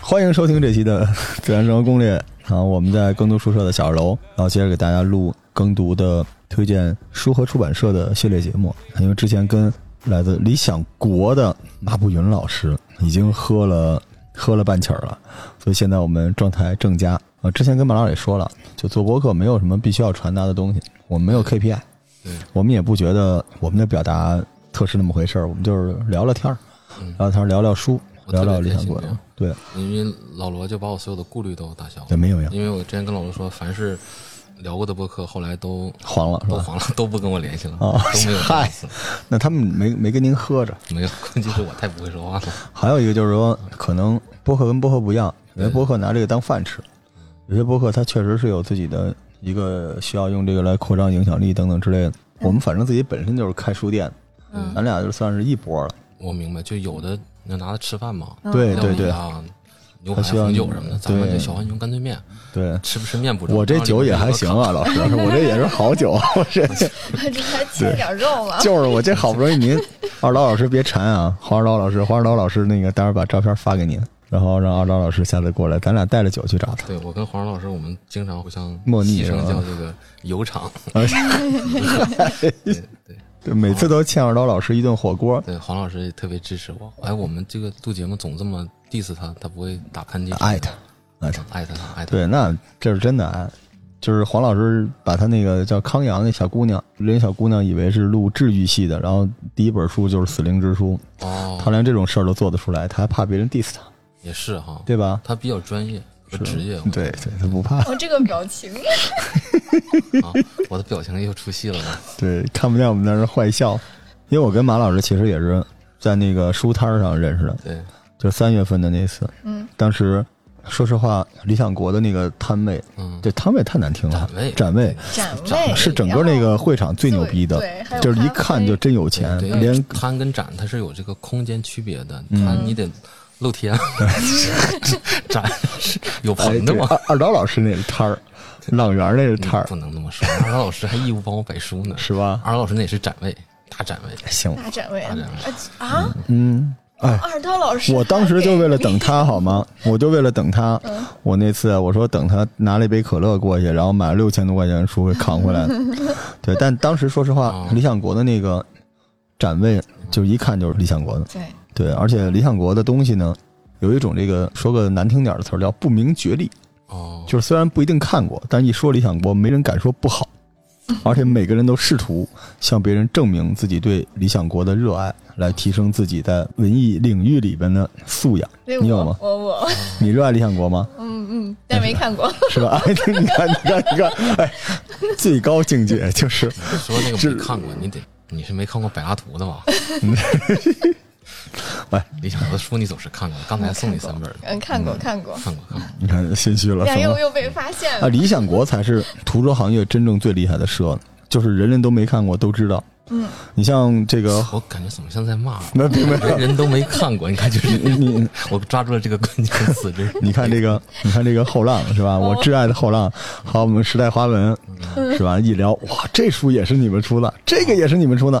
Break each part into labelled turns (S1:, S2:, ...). S1: 欢迎收听这期的《自然生活攻略》啊，我们在耕读书社的小二楼，然后接着给大家录耕读的推荐书和出版社的系列节目。因为之前跟来自理想国的马步云老师已经喝了喝了半起儿了，所以现在我们状态正佳啊。之前跟马老师也说了，就做播客没有什么必须要传达的东西，我们没有 KPI，
S2: 对
S1: 我们也不觉得我们的表达特是那么回事儿，我们就是聊聊天儿，聊聊天儿，聊聊书，
S2: 嗯我
S1: 聊聊
S2: 特别
S1: 理想
S2: 开心
S1: 国
S2: 这样，
S1: 对。
S2: 因为老罗就把我所有的顾虑都打消
S1: 也
S2: 了。
S1: 没有呀，
S2: 因为我之前跟老罗说，凡是聊过的播客，后来都
S1: 黄了是
S2: 都
S1: 吧？
S2: 黄了，都不跟我联系了，
S1: 哦
S2: 都没有
S1: 嗨
S2: 意思。
S1: 那他们没没跟您喝着。
S2: 没有， 关键是我太不会说话了。
S1: 还有一个就是说，可能播客跟播客不一样，有些播客拿这个当饭吃，有些播客它确实是有自己的一个需要用这个来扩张影响力等等之类的。我们反正自己本身就是开书店，
S2: 嗯
S1: 咱俩就算是一波了。
S2: 我明白，就有的能拿它吃饭嘛，
S1: 对
S2: 要
S1: 对
S2: 不
S1: 对
S2: 啊，牛
S1: 它
S2: 排、
S1: 需要
S2: 红酒
S1: 你
S2: 什么的，咱们
S1: 对
S2: 就小浣熊干脆面，
S1: 对，
S2: 吃不吃面不知道。
S1: 我这酒也还行啊，老师，我这也是好酒，我 这
S3: 这还切了点肉 嘛？
S1: 就是我这好不容易您二刀老师别馋啊，黄二刀老师，黄二刀老师那个待会儿把照片发给您，然后让二刀老师下次过来，咱俩带着酒去找他。
S2: 对我跟黄老师，我们经常互相
S1: 默逆
S2: 牺
S1: 是
S2: 牲
S1: 吧
S2: 叫这个油厂。
S1: 对，每次都欠二刀老师一顿火锅。
S2: 对，黄老师也特别支持我。哎，我们这个录节目总这么 diss 他，他不会打喷嚏。
S1: 艾特，艾特。
S2: 艾特他，艾特。
S1: 对，那这是真的啊，就是黄老师把他那个叫康阳那小姑娘，人家小姑娘以为是录治愈系的，然后第一本书就是《死灵之书》，
S2: 哦，
S1: 他连这种事儿都做得出来，他还怕别人 diss 他，
S2: 也是哈，
S1: 对吧？
S2: 他比较专业和职业。
S1: 对对，他不怕，
S3: 我哦这个表情，
S2: 啊，我的表情又出戏了呢。
S1: 对，看不见我们在那儿坏笑。因为我跟马老师其实也是在那个书摊儿上认识的，
S2: 对，
S1: 就三月份的那次，
S3: 嗯，
S1: 当时说实话，理想国的那个摊位，
S2: 嗯，
S1: 这摊位太难听了，
S2: 展位
S1: 展位
S3: 展
S2: 展
S3: 位
S1: 是整个那个会场最牛逼的
S3: 对还，有
S1: 就是一
S3: 咖啡
S1: 看就真有钱，
S2: 对，因为
S1: 嗯连嗯
S2: 摊跟展它是有这个空间区别的，摊你得 露天，展是有
S1: 哎
S2: 棚的
S1: 对
S2: 吗？
S1: 二二刀老师那个摊儿，朗园那个摊儿
S2: 不能那么说，二老师还义务帮我摆书呢。
S1: 是哎吧？
S2: 二老师那也是展位，大展位。
S1: 行，
S3: 大展位
S2: 大展
S3: 啊！
S1: 嗯，哎，
S3: 二刀老师，
S1: 我当时就为了等他好吗？我就为了等他，我那次我说等他拿了一杯可乐过去，然后买了六千多块钱的书给扛回来了。对，但当时说实话
S2: 哦，
S1: 理想国的那个展位就一看就是理想国的，
S3: 对
S1: 对，而且理想国的东西呢，有一种这个说个难听点的词儿叫不明觉厉，
S2: 哦，
S1: 就是虽然不一定看过，但一说理想国，没人敢说不 好，而且每个人都试图向别人证明自己对理想国的热爱，来提升自己在文艺领域里边的素养。
S3: 对，
S1: 你有吗？
S3: 我我
S1: 你热爱理想国吗？
S3: 嗯嗯，但没看过，
S1: 是 吧？哎，你看，你看，你看，哎，最高境界就是
S2: 说那个没看过，你得你是没看过柏拉图 的吧？
S1: 哎，
S2: 理想国的书你总是看过，刚才送你三本儿，
S3: 嗯，看过看过，
S2: 看过看过。
S1: 你看心虚了，
S3: 但
S1: 怎
S3: 又
S1: 么？
S3: 又被发现
S1: 啊，
S3: 了，
S1: 理想国才是图书行业真正最厉害的社，就是人人都没看过都知道。嗯，你像这 个，
S2: 我感觉怎么像在骂我？
S1: 那明白
S2: 人人都没看过，你看就是
S1: 你，
S2: 我抓住了这个关键词，这是
S1: 你看这个，你看这个后浪是吧？我挚爱的后浪，还有我们时代华文是吧？一聊哇，这书也是你们出的，这个也是你们出的，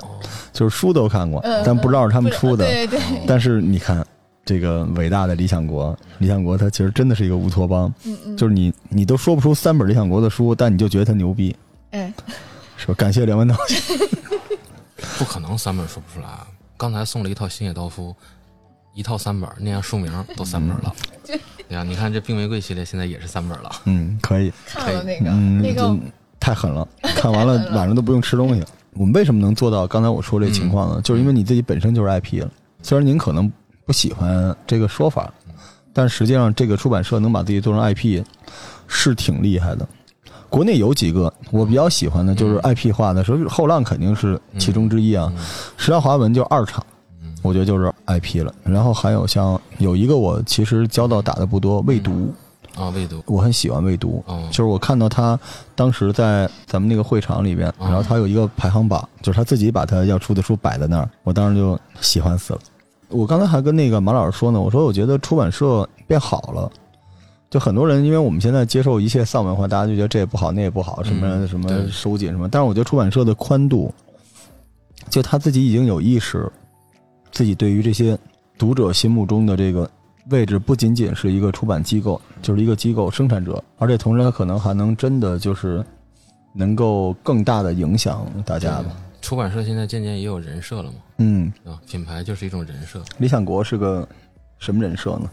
S1: 就是书都看过，但哦嗯不知道是他们出的。哦
S3: 对对对，
S1: 但是你看，这个伟大的理想国，理想国它其实真的是一个乌托邦，就是你你都说不出三本理想国的书，但你就觉得它牛逼，
S3: 哎，
S1: 是吧？感谢梁文道，
S2: 不可能三本说不出来。刚才送了一套新野道夫，一套三本儿，那样书名都三本儿了。对呀，你看这冰玫瑰系列现在也是三本儿了。
S1: 嗯，可以，
S3: 看了那个
S1: 嗯，
S3: 那个
S1: 就太狠了，看完了晚上都不用吃东西。我们为什么能做到刚才我说这个情况呢？就是因为你自己本身就是 IP 了，虽然您可能不喜欢这个说法，但实际上这个出版社能把自己做成 IP 是挺厉害的。国内有几个我比较喜欢的，就是 IP 化的，所以后浪肯定是其中之一啊。时代华文就二厂，我觉得就是 IP 了。然后还有像有一个我其实交道打的不多，未读。
S2: 啊，未读
S1: 我很喜欢魏读，
S2: 哦
S1: 就是我看到他当时在咱们那个会场里
S2: 嗯
S1: 边，然后他有一个排行榜，就是他自己把他要出的书摆在那儿，我当时就喜欢死了。我刚才还跟那个马老师说呢，我说我觉得出版社变好了，就很多人因为我们现在接受一切丧文化，大家就觉得这也不好，那也不好，什么、
S2: 嗯
S1: 什么
S2: 对
S1: 收紧什么，但是我觉得出版社的宽度，就他自己已经有意识，自己对于这些读者心目中的这个位置不仅仅是一个出版机构，就是一个机构生产者，而且同时它可能还能真的就是能够更大的影响大家吧。
S2: 出版社现在渐渐也有人设了嘛，
S1: 嗯，
S2: 对吧？品牌就是一种人设。
S1: 理想国是个什么人设呢？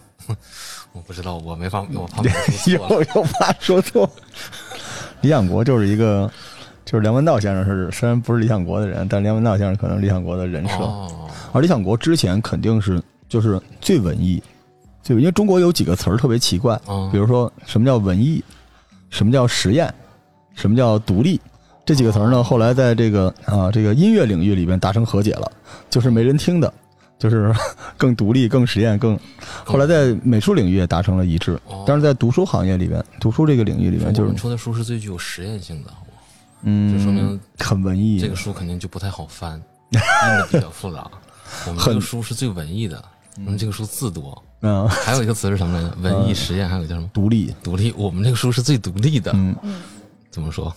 S2: 我不知道，我没法，我怕我说
S1: 又
S2: 错了。
S1: 又怕说错。理想国就是一个，就是梁文道先生是虽然不是理想国的人，但梁文道先生可能是理想国的人设。
S2: 哦，
S1: 而理想国之前肯定是就是最文艺，就因为中国有几个词儿特别奇怪，
S2: 嗯
S1: 比如说什么叫文艺，什么叫实验，什么叫独立。这几个词儿呢，后来在这个啊这个音乐领域里边达成和解了，就是没人听的，就是 更独立、更实验、更。后来在美术领域也达成了一致
S2: 哦，
S1: 但是在读书行业里边，读书这个领域里边，
S2: 我
S1: 就是
S2: 们出的书是最具有实验性的，
S1: 嗯，
S2: 这说明
S1: 很文艺，
S2: 这个书肯定就不太好翻， 印的比较复杂。我们这个
S1: 很
S2: 书是最文艺的，我们这个书字多，
S1: 嗯，
S2: 还有一个词是什么来着？文艺实验，还有一个叫什么？
S1: 独立，
S2: 独立。我们这个书是最独立的。
S1: 嗯
S2: 怎么说？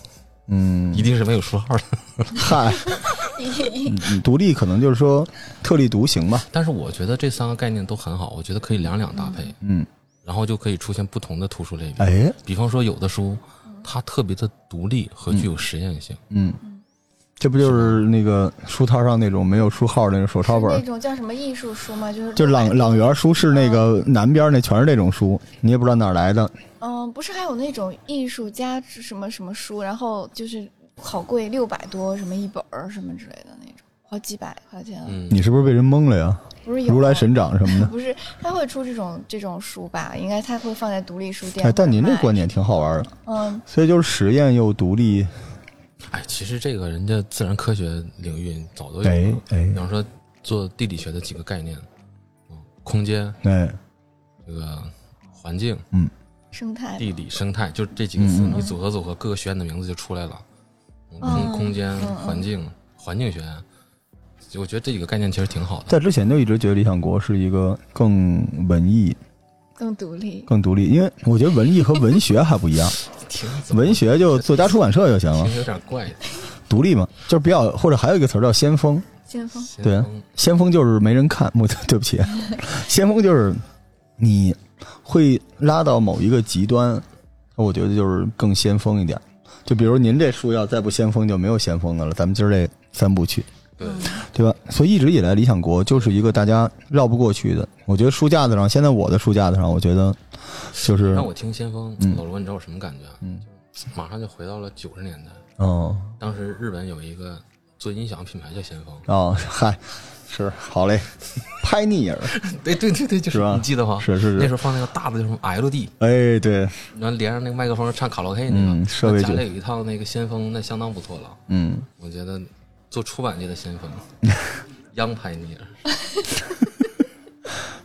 S1: 嗯，
S2: 一定是没有书号的。
S1: 嗨， 嗯独立可能就是说特立独行吧，
S2: 但是我觉得这三个概念都很好，我觉得可以两两搭配，
S1: 嗯，
S2: 然后就可以出现不同的图书类别。
S1: 哎，
S2: 比方说，有的书它特别的独立和具有实验性，
S1: 嗯，这不就是那个书摊上那种没有书号的那种手抄
S3: 那
S1: 本？
S3: 种叫什么艺术书吗？就是
S1: 就朗朗园书市那个南边那全是这种书，你也不知道哪儿来的。
S3: 嗯、不是还有那种艺术家什么什么书，然后就是好贵，六百多什么一本儿什么之类的那种，好几百块钱。
S2: 嗯，
S1: 你是不是被人蒙了呀？
S3: 不是有
S1: 如来
S3: 吗
S1: 神掌什么的。
S3: 不是，他会出这种这种书吧？应该他会放在独立书店。
S1: 哎，但您这
S3: 关，
S1: 观点挺好玩的，
S3: 嗯，
S1: 所以就是实验又独立。
S2: 哎，其实这个人家自然科学领域早都有
S1: 哎
S2: 了，
S1: 哎
S2: 比方说做地理学的几个概念，嗯，空间
S1: 哎，
S2: 这个环境、
S3: 生态
S2: 地理、生态，就这几个词
S1: 嗯嗯
S2: 你组合组合，各个学院的名字就出来了。嗯
S3: 嗯
S2: 空空间
S3: 嗯嗯、
S2: 环境、环境学，我觉得这几个概念其实挺好的。
S1: 在之前就一直觉得理想国是一个更文艺、
S3: 更独立。
S1: 更独立，因为我觉得文艺和文学还不一样，
S2: 听
S1: 文学就作家出版社就行了
S2: 听，着有点怪，
S1: 独立嘛，就是比较或者还有一个词儿叫先锋。
S3: 先锋，
S2: 先
S1: 对啊
S2: 锋，
S1: 先锋就是没人看， 我对不起，先锋就是你会拉到某一个极端，我觉得就是更先锋一点。就比如您这书要再不先锋，就没有先锋的了。咱们今儿这三部曲，
S2: 对，
S1: 对吧？所以一直以来，理想国就是一个大家绕不过去的。我觉得书架子上，现在我的书架子上，我觉得就是
S2: 让我听先锋，老罗，你知道我什么感觉？嗯，马上就回到了九十年代。
S1: 哦
S2: 当时日本有一个做音响品牌叫先锋，
S1: 哦，嗨， 是好 嘞，拍逆耳，
S2: 对对对对，就是
S1: 吧
S2: 你记得吗？
S1: 是是是
S2: 那时候放那个大的叫什么 LD，
S1: 哎，对，
S2: 然后连上那个麦克风唱卡拉 OK 那个，
S1: 嗯设备
S2: 那家
S1: 就
S2: 里有一套那个先锋，那相当不错了。
S1: 嗯，
S2: 我觉得做出版界的先锋，央拍尼尔，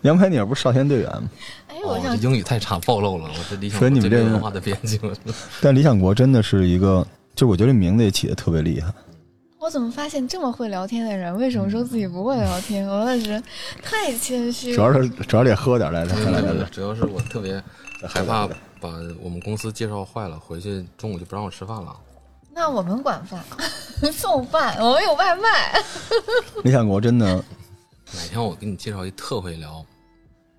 S1: 杨拍逆耳不是少先队员吗？
S3: 哎，
S2: 哦
S3: 我，
S2: 这
S3: 想
S2: 英语太差，暴露了，我这理想
S1: 所以你
S2: 国
S1: 们
S2: 最
S1: 这
S2: 没
S1: 个
S2: 文化的编辑了。
S1: 但理想国真的是一个，就是我觉得这名字也起的特别厉害。
S3: 我怎么发现这么会聊天的人，为什么说自己不会聊天？我那是太谦虚
S1: 主
S3: 了。
S1: 要是主要得喝点儿来，来来来来，
S2: 主要是我特别害怕把我们公司介绍坏了，回去中午就不让我吃饭了。
S3: 那我们管饭， 送饭，我们有外卖。
S1: 理想国真的，
S2: 哪天我给你介绍一特会聊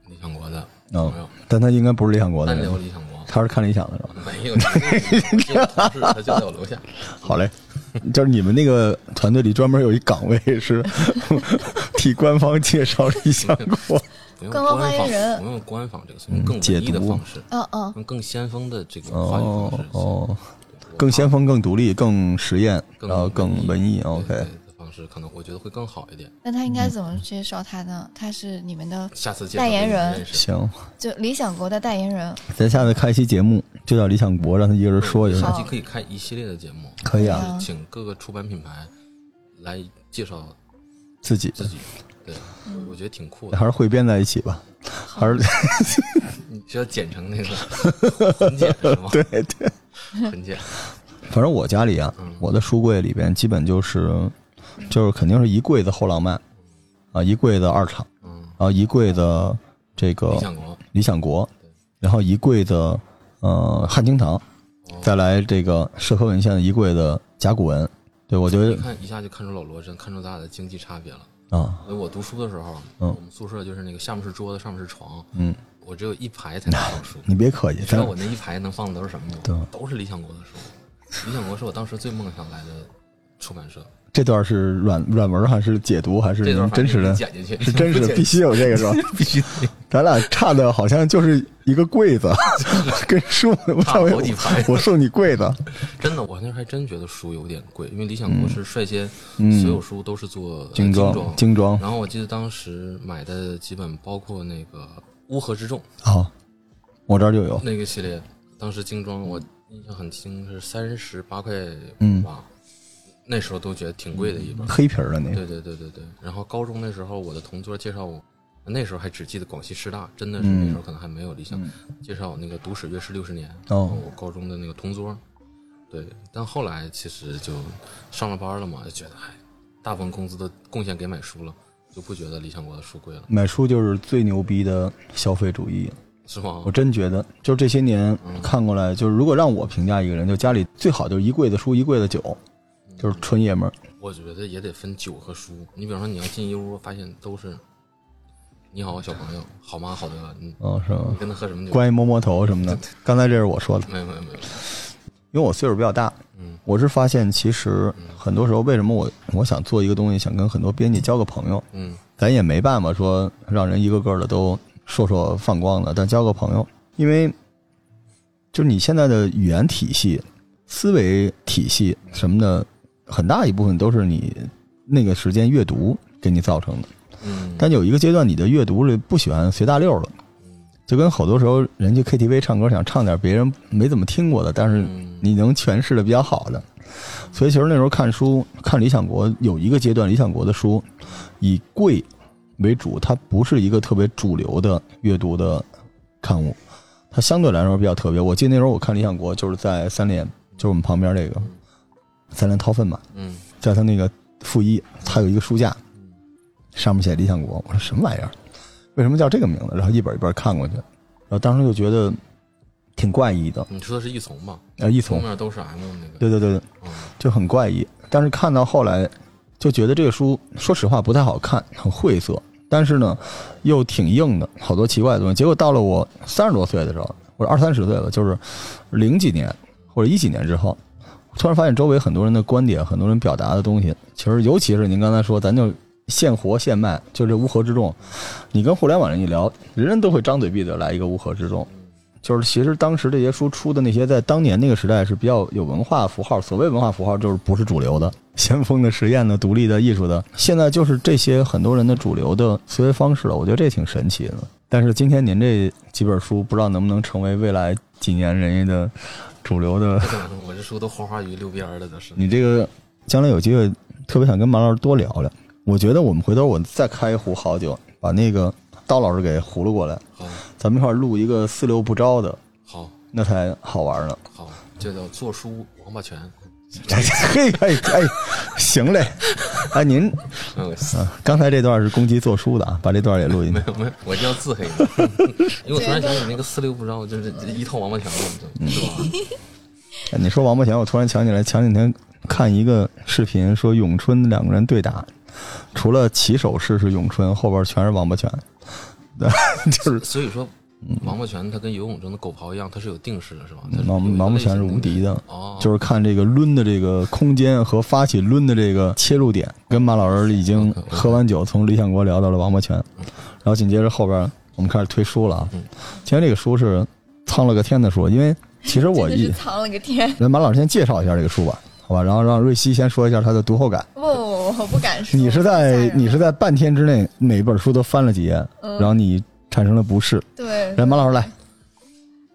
S2: 理想国的朋
S1: 嗯、
S2: 友，
S1: 但他应该不是理想国的
S2: 单聊
S1: 人，
S2: 理想国。
S1: 他是看理想的是吧？
S2: 没有，这个同事他就在我楼下。
S1: 好嘞，就是你们那个团队里专门有一岗位是替官方介绍理想国，
S2: 不用
S3: 官
S2: 官
S3: 方
S2: 方
S3: 发言人
S2: 不用官方这个词，用更
S1: 解
S2: 文艺的
S1: 读
S2: 方式，
S3: 嗯嗯，
S2: 用更先锋的这个话 语
S1: 哦
S2: 方式，
S1: 哦，更先锋、更独立、更实验，然后更文艺。
S2: 对
S1: OK，
S2: 对的方式可能我觉得会更好一点。
S3: 那他应该怎么介绍他呢？他是你们的
S2: 下次介绍
S3: 代言
S2: 给你
S3: 人
S2: 认识
S1: 行，
S3: 就理想国的代言人。
S1: 咱下次开一期节目就叫理想国，让他一个人说一
S2: 下
S1: 说，
S2: 期可以开一系列的节目，
S1: 可以啊，
S3: 嗯
S2: 请各个出版品牌来介绍
S1: 自己
S2: 自己。对，
S3: 嗯
S2: 我觉得挺酷的。
S1: 还是汇编在一起吧，还是
S2: 你需要剪 成那个混剪是 吗？
S1: 对对。
S2: 混剪。
S1: 反正我家里啊，
S2: 嗯
S1: 我的书柜里边基本就是，就是肯定是一柜子后浪漫，啊，一柜子二厂，
S2: 嗯，
S1: 然后一柜子这
S2: 理
S1: 个
S2: 想国
S1: 理想国，然后一柜子呃汉经堂，
S2: 哦
S1: 再来这个社科文献的一柜子甲骨文。对，我觉得
S2: 一看一下就看出老罗真看出咱俩的经济差别了。
S1: 啊，
S2: 因为我读书的时候，
S1: 嗯
S2: 我们宿舍就是那个下面是桌子，上面是床，
S1: 嗯，
S2: 我只有一排才能放书。
S1: 你别客气，
S2: 你知
S1: 咱
S2: 道我那一排能放的都是什么
S1: 对
S2: 吗？都是理想国的书。理想国是我当时最梦想来的出版社。
S1: 这段是软软文还是解读还 是
S2: 这段
S1: 您
S2: 反正
S1: 真实的
S2: 得？剪进去
S1: 是真实的，必须有这 个是吧？
S2: 必须
S1: 咱俩差的好像就是一个柜 子，跟书我
S2: 差好几排
S1: 我送你柜子，
S2: 真的，我那时候还真觉得书有点贵，因为理想国是率先
S1: 嗯
S2: 所有书都是做呃
S1: 精装
S2: 装
S1: 精装
S2: 然后我记得当时买的几本，包括那个《乌合之众》
S1: 好，我这儿就有，
S2: 那个系列，当时精装我印象很清是三十八块
S1: 嗯
S2: 五吧，那时候都觉得挺贵的一本。
S1: 黑皮儿的那个，
S2: 对对对对对。然后高中那时候，我的同桌介绍我，那时候还只记得广西师大，真的是
S1: 嗯
S2: 那时候可能还没有理想。介绍我那个《读史阅史六十年》，
S1: 哦
S2: 我高中的那个同桌。对，但后来其实就上了班了嘛，就觉得哎，大部分工资都贡献给买书了，就不觉得理想国的书贵了，
S1: 买书就是最牛逼的消费主义，
S2: 是吗
S1: 我？真觉得，就这些年看过来，就是如果让我评价一个人，就家里最好就是一柜子书，一柜子酒，就是纯爷们儿。
S2: 嗯我觉得也得分酒和书。你比方说，你要进一屋，发现都是“你好，小朋友”，“好吗？好的”，你
S1: 嗯、是
S2: 你
S1: 吗？
S2: 跟他喝什么酒？
S1: 关于摸摸头什么的，刚才这是我说的，
S2: 没有没有没有，
S1: 因为我岁数比较大，
S2: 嗯
S1: 我是发现其实
S2: 嗯
S1: 很多时候为什么我我想做一个东西，想跟很多编辑交个朋友，
S2: 嗯
S1: 咱也没办法说让人一个个的都烁烁放光的，但交个朋友，因为就是你现在的语言体系、思维体系什么的，很大一部分都是你那个时间阅读给你造成的。
S2: 嗯
S1: 但有一个阶段，你的阅读里不喜欢随大溜了，就跟好多时候人去 KTV 唱歌，想唱点别人没怎么听过的，但是
S2: 嗯
S1: 你能诠释的比较好的。所以其实那时候看书，看理想国有一个阶段，理想国的书以贵为主，它不是一个特别主流的阅读的刊物，它相对来说比较特别。我记得那时候我看理想国就是在三联，就是我们旁边这个三联韬奋嘛，
S2: 嗯
S1: 在他那个负一，他有一个书架，上面写理想国，我说什么玩意儿？为什么叫这个名字？然后一本一本看过去，然后当时就觉得挺怪异的，
S2: 嗯你说的是一丛吧？
S1: 呃，一
S2: 封
S1: 丛，
S2: 面都是 M 那个，
S1: 对对对对，
S2: 嗯
S1: 就很怪异。但是看到后来，就觉得这个书说实话不太好看，很晦涩，但是呢又挺硬的，好多奇怪的东西。结果到了我三十多岁的时候，或者二三十岁了，就是零几年或者一几年之后，突然发现周围很多人的观点，很多人表达的东西，其实尤其是您刚才说，咱就。现活现卖，就这乌合之众。你跟互联网人一聊，人人都会张嘴闭嘴来一个乌合之众。就是其实当时这些书出的那些，在当年那个时代是比较有文化符号。所谓文化符号，就是不是主流的、先锋的、实验的、独立的、艺术的。现在就是这些很多人的主流的思维方式了，我觉得这挺神奇的。但是今天您这几本书，不知道能不能成为未来几年人家的主流的？
S2: 不可能我这书都花花鱼溜边儿了，都是。
S1: 你这个将来有机会，特别想跟马老师多聊聊。我觉得我们回头我再开一壶好酒，把那个刀老师给葫芦过来，
S2: 好，
S1: 咱们一块儿录一个四六不招的，
S2: 嗯好，
S1: 那才好玩呢。
S2: 好，这叫做书王八拳。
S1: 嘿，哎哎，行嘞，哎您，
S2: 没有，
S1: 啊刚才这段是攻击做书的啊，把这段也录进去。
S2: 没有， 我就要自黑 了。因为我突然想起那个四六不招，就是一套王八拳
S1: 嗯
S2: 了，是吧？
S1: 哎你说王八拳，我突然想起来，前两天看一个视频，说咏春两个人对打，除了起手式是咏春，后边全是王八拳， 就是
S2: 所以说，
S1: 嗯
S2: 王八拳它跟游泳中的狗刨一样，它是有定式的，是吧？它是嗯有一
S1: 王
S2: 个
S1: 王八
S2: 类型
S1: 拳是无敌的。
S2: 哦，
S1: 就是看这个抡的这个空间和发起抡的这个切入点，跟马老师已经
S2: OK，OK
S1: 喝完酒从理想国聊到了王八拳，然后紧接着后边我们开始推书了啊。
S2: 嗯
S1: 今天这个书是苍了个天的书，因为其实我
S3: 真的
S1: 一
S3: 是藏了个天。
S1: 那马老师先介绍一下这个书吧，好吧，然后让瑞希先说一下他的读后感。
S3: 不，我不敢说。
S1: 你是在
S3: 太吓人了
S1: 你是在半天之内每本书都翻了几页，
S3: 嗯
S1: 然后你产生了不适。
S3: 对
S1: 来，马老师来，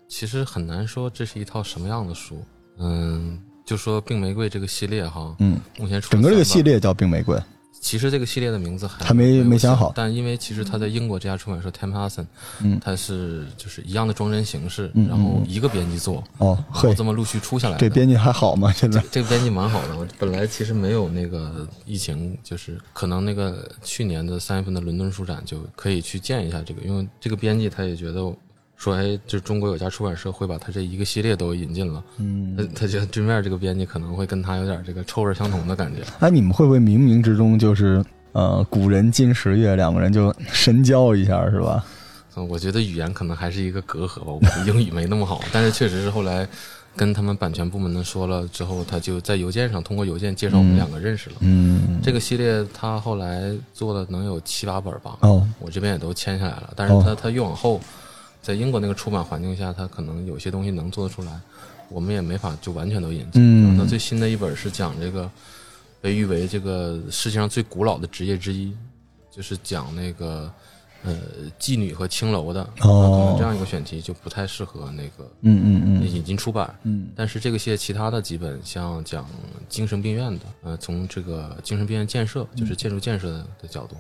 S2: 其实很难说这是一套什么样的书。嗯，就说《病玫瑰》这个系列哈，
S1: 嗯，
S2: 目前出了
S1: 整个这个
S2: 三
S1: 系
S2: 本
S1: 列叫《冰玫瑰》，
S2: 其实这个系列的名字还
S1: 还没
S2: 有
S1: 没想好
S2: 但因为其实它在英国这家出版社 Tam Hudson，
S1: 嗯
S2: 它是就是一样的装帧形式，
S1: 嗯嗯
S2: 然后一个编辑做，
S1: 哦，
S2: 然
S1: 嘿
S2: 后这，么陆续出下来的。
S1: 这编辑还好吗？现在
S2: 这个编辑蛮好的，我本来其实没有那个疫情，就是可能那个去年的三月份的伦敦书展就可以去见一下这个，因为这个编辑他也觉得说，哎，就中国有家出版社会把他这一个系列都引进了，
S1: 嗯，
S2: 他他觉得对面这个编辑可能会跟他有点这个臭味相同的感觉。
S1: 哎，你们会不会冥冥之中就是呃，古人今时月，两个人就神交一下，是吧？
S2: 嗯，我觉得语言可能还是一个隔阂吧，我英语没那么好，但是确实是后来跟他们版权部门的说了之后，他就在邮件上通过邮件介绍我们两个认识了。
S1: 嗯，
S2: 这个系列他后来做了能有七八本吧，
S1: 哦，
S2: 我这边也都签下来了。但是他他越往后，在英国那个出版环境下，他可能有些东西能做得出来，我们也没法就完全都引进。
S1: 嗯
S2: 那最新的一本是讲这个被誉为这个世界上最古老的职业之一，就是讲那个呃妓女和青楼的。那可能这样一个选题就不太适合那个
S1: 嗯嗯嗯
S2: 引进出版。
S1: 嗯
S2: 但是这个系列其他的几本，像讲精神病院的，呃，从这个精神病院建设，就是建筑建设的角度，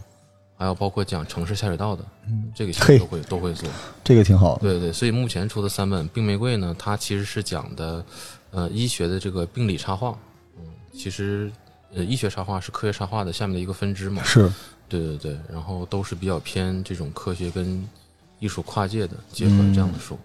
S2: 还有包括讲城市下水道的，
S1: 嗯，
S2: 这个系
S1: 嘿
S2: 列都会都会做。
S1: 这个挺好的。
S2: 对对，所以目前出的三本《病玫瑰》呢，它其实是讲的，呃，医学的这个病理插画。嗯，其实呃，医学插画是科学插画的下面的一个分支嘛。
S1: 是，
S2: 对对对，然后都是比较偏这种科学跟艺术跨界的结合这样的书。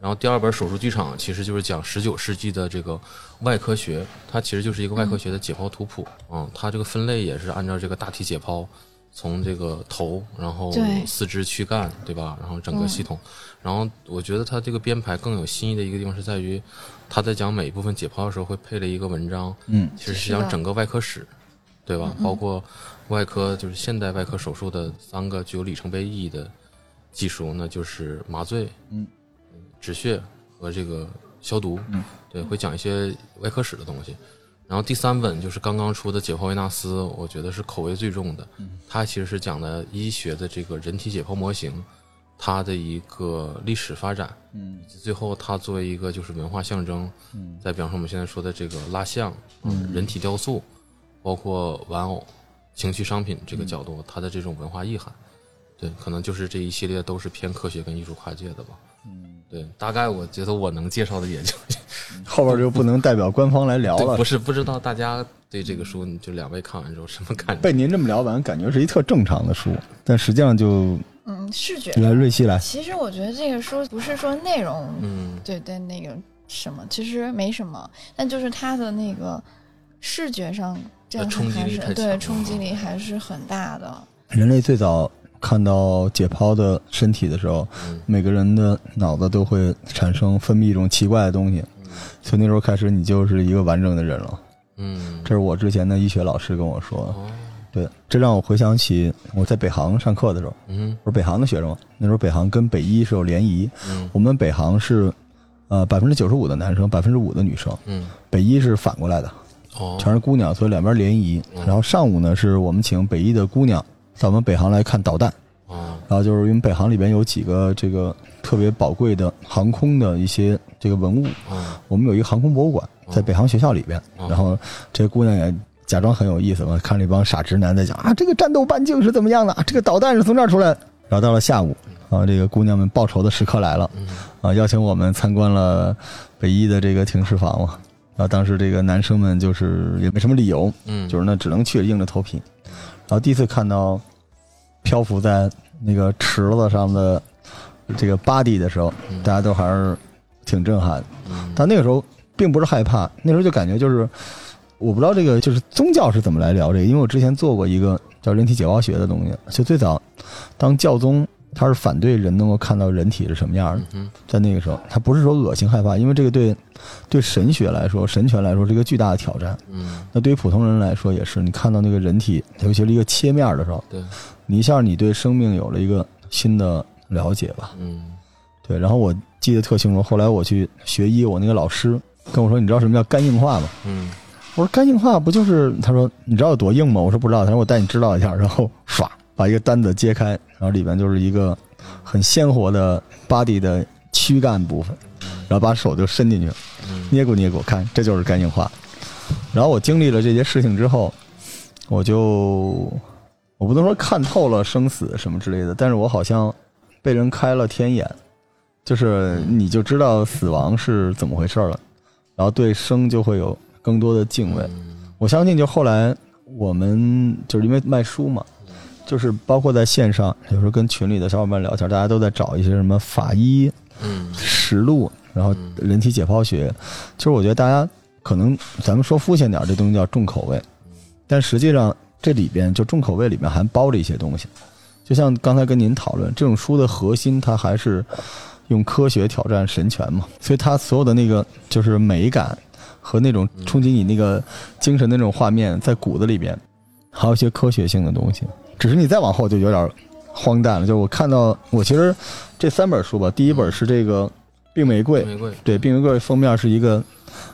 S2: 然后第二本《手术剧场》其实就是讲十九世纪的这个外科学，它其实就是一个外科学的解剖图谱。嗯，它这个分类也是按照这个大体解剖，从这个头，然后
S3: 对
S2: 四肢、躯干，对吧？然后整个系统。然后我觉得它这个编排更有新意的一个地方是在于，它在讲每一部分解剖的时候会配了一个文章，
S1: 嗯
S2: 其实是
S3: 是的
S2: 讲整个外科史，对吧？包括外科就是现代外科手术的三个具有里程碑意义的技术，那就是麻醉、
S1: 嗯，
S2: 止血和这个消毒，
S1: 嗯，
S2: 对，会讲一些外科史的东西。然后第三本就是刚刚出的《解剖维纳斯》，我觉得是口味最重的。
S1: 嗯
S2: 它其实是讲的医学的这个人体解剖模型，它的一个历史发展，
S1: 嗯
S2: 最后它作为一个就是文化象征，
S1: 嗯
S2: 再比方说我们现在说的这个蜡像、嗯、人体雕塑，包括玩偶、情趣商品这
S1: 嗯
S2: 个角度，它的这种文化意涵，对，可能就是这一系列都是偏科学跟艺术跨界的吧。
S1: 嗯，
S2: 对，大概我觉得我能介绍的也就
S1: 后边就不能代表官方来聊
S2: 对，
S1: 了
S2: 不。是不知道大家对这个书，你就两位看完之后什么感觉？
S1: 被您这么聊完，感觉是一特正常的书，但实际上就
S3: 嗯，视觉。
S1: 来瑞希来，
S3: 其实我觉得这个书不是说内容
S2: 嗯
S3: 对对，那个什么，其实没什么，但就是它的那个视觉上，这
S2: 呃
S3: 样
S2: 冲
S3: 看
S2: 击
S3: 还
S2: 力
S3: 是
S2: 太强
S3: 对
S2: 了
S3: 冲击力还是很大的。
S1: 人类最早看到解剖的身体的时候，
S2: 嗯
S1: 每个人的脑子都会产生分泌一种奇怪的东西，从那时候开始，你就是一个完整的人了。
S2: 嗯，
S1: 这是我之前的医学老师跟我说的，
S2: 哦，
S1: 对，这让我回想起我在北航上课的时候，
S2: 嗯
S1: 我是北航的学生嘛，那时候北航跟北医是有联谊，
S2: 嗯
S1: 我们北航是呃百分之九十五的男生，百分之五的女生，
S2: 嗯，
S1: 北医是反过来的，全
S2: 哦，
S1: 是姑娘，所以两边联谊。
S2: 嗯
S1: 然后上午呢，是我们请北医的姑娘到我们北航来看导弹。
S2: 哦，
S1: 然后就是因为北航里边有几个这个特别宝贵的航空的一些这个文物，
S2: 哦，
S1: 我们有一个航空博物馆在北航学校里边。
S2: 嗯
S1: 然后这姑娘也假装很有意思嘛，看了一帮傻直男在讲啊，这个战斗半径是怎么样的，啊这个导弹是从这儿出来的。然后到了下午，啊，这个姑娘们报仇的时刻来了。
S2: 嗯
S1: 啊，邀请我们参观了北医的这个停尸房嘛。然后当时这个男生们就是也没什么理由，
S2: 嗯，
S1: 就是那只能去，硬着头皮。然后第一次看到漂浮在那个池子上的这个 body 的时候，
S2: 嗯
S1: 大家都还是挺震撼的。
S2: 嗯
S1: 但那个时候并不是害怕，那时候就感觉就是我不知道这个就是宗教是怎么来聊这个，因为我之前做过一个叫人体解剖学的东西，就最早当教宗他是反对人能够看到人体是什么样的
S2: 嗯，嗯
S1: 在那个时候他不是说恶心害怕，因为这个对对神学来说、神权来说是一个巨大的挑战。
S2: 嗯，
S1: 那对于普通人来说也是，你看到那个人体，尤其是一个切面的时候，
S2: 对，
S1: 你一下你对生命有了一个新的了解吧。
S2: 嗯
S1: 对，然后我记得特清楚，后来我去学医，我那个老师跟我说：“你知道什么叫肝硬化吗
S2: 嗯，？”
S1: 我说：“肝硬化不就是？”他说：“你知道有多硬吗？”我说：“不知道。”他说：“我带你知道一下。”然后 唰，把一个单子揭开，然后里面就是一个很鲜活的 body 的躯干部分，然后把手就伸进去，
S2: 嗯
S1: 捏咕捏咕，看这就是肝硬化。然后我经历了这些事情之后，我就我不能说看透了生死什么之类的，但是我好像被人开了天眼，就是你就知道死亡是怎么回事了，然后对生就会有更多的敬畏。
S2: 嗯
S1: 我相信，就后来我们就是因为卖书嘛，就是包括在线上，有时候跟群里的小伙伴聊天，大家都在找一些什么法医
S2: 嗯
S1: 实录，然后
S2: 嗯
S1: 人体解剖学。其实我觉得大家可能咱们说肤浅点儿，这东西叫重口味，但实际上这里边就重口味里面还包着一些东西，就像刚才跟您讨论，这种书的核心它还是用科学挑战神权嘛，所以它所有的那个就是美感和那种冲击你那个精神的那种画面，在骨子里边，还有一些科学性的东西。只是你再往后就有点荒诞了，就是我看到我其实这三本书吧，第一本是这个《病玫瑰》，
S2: 玫瑰，
S1: 对，《病玫瑰》封面是一个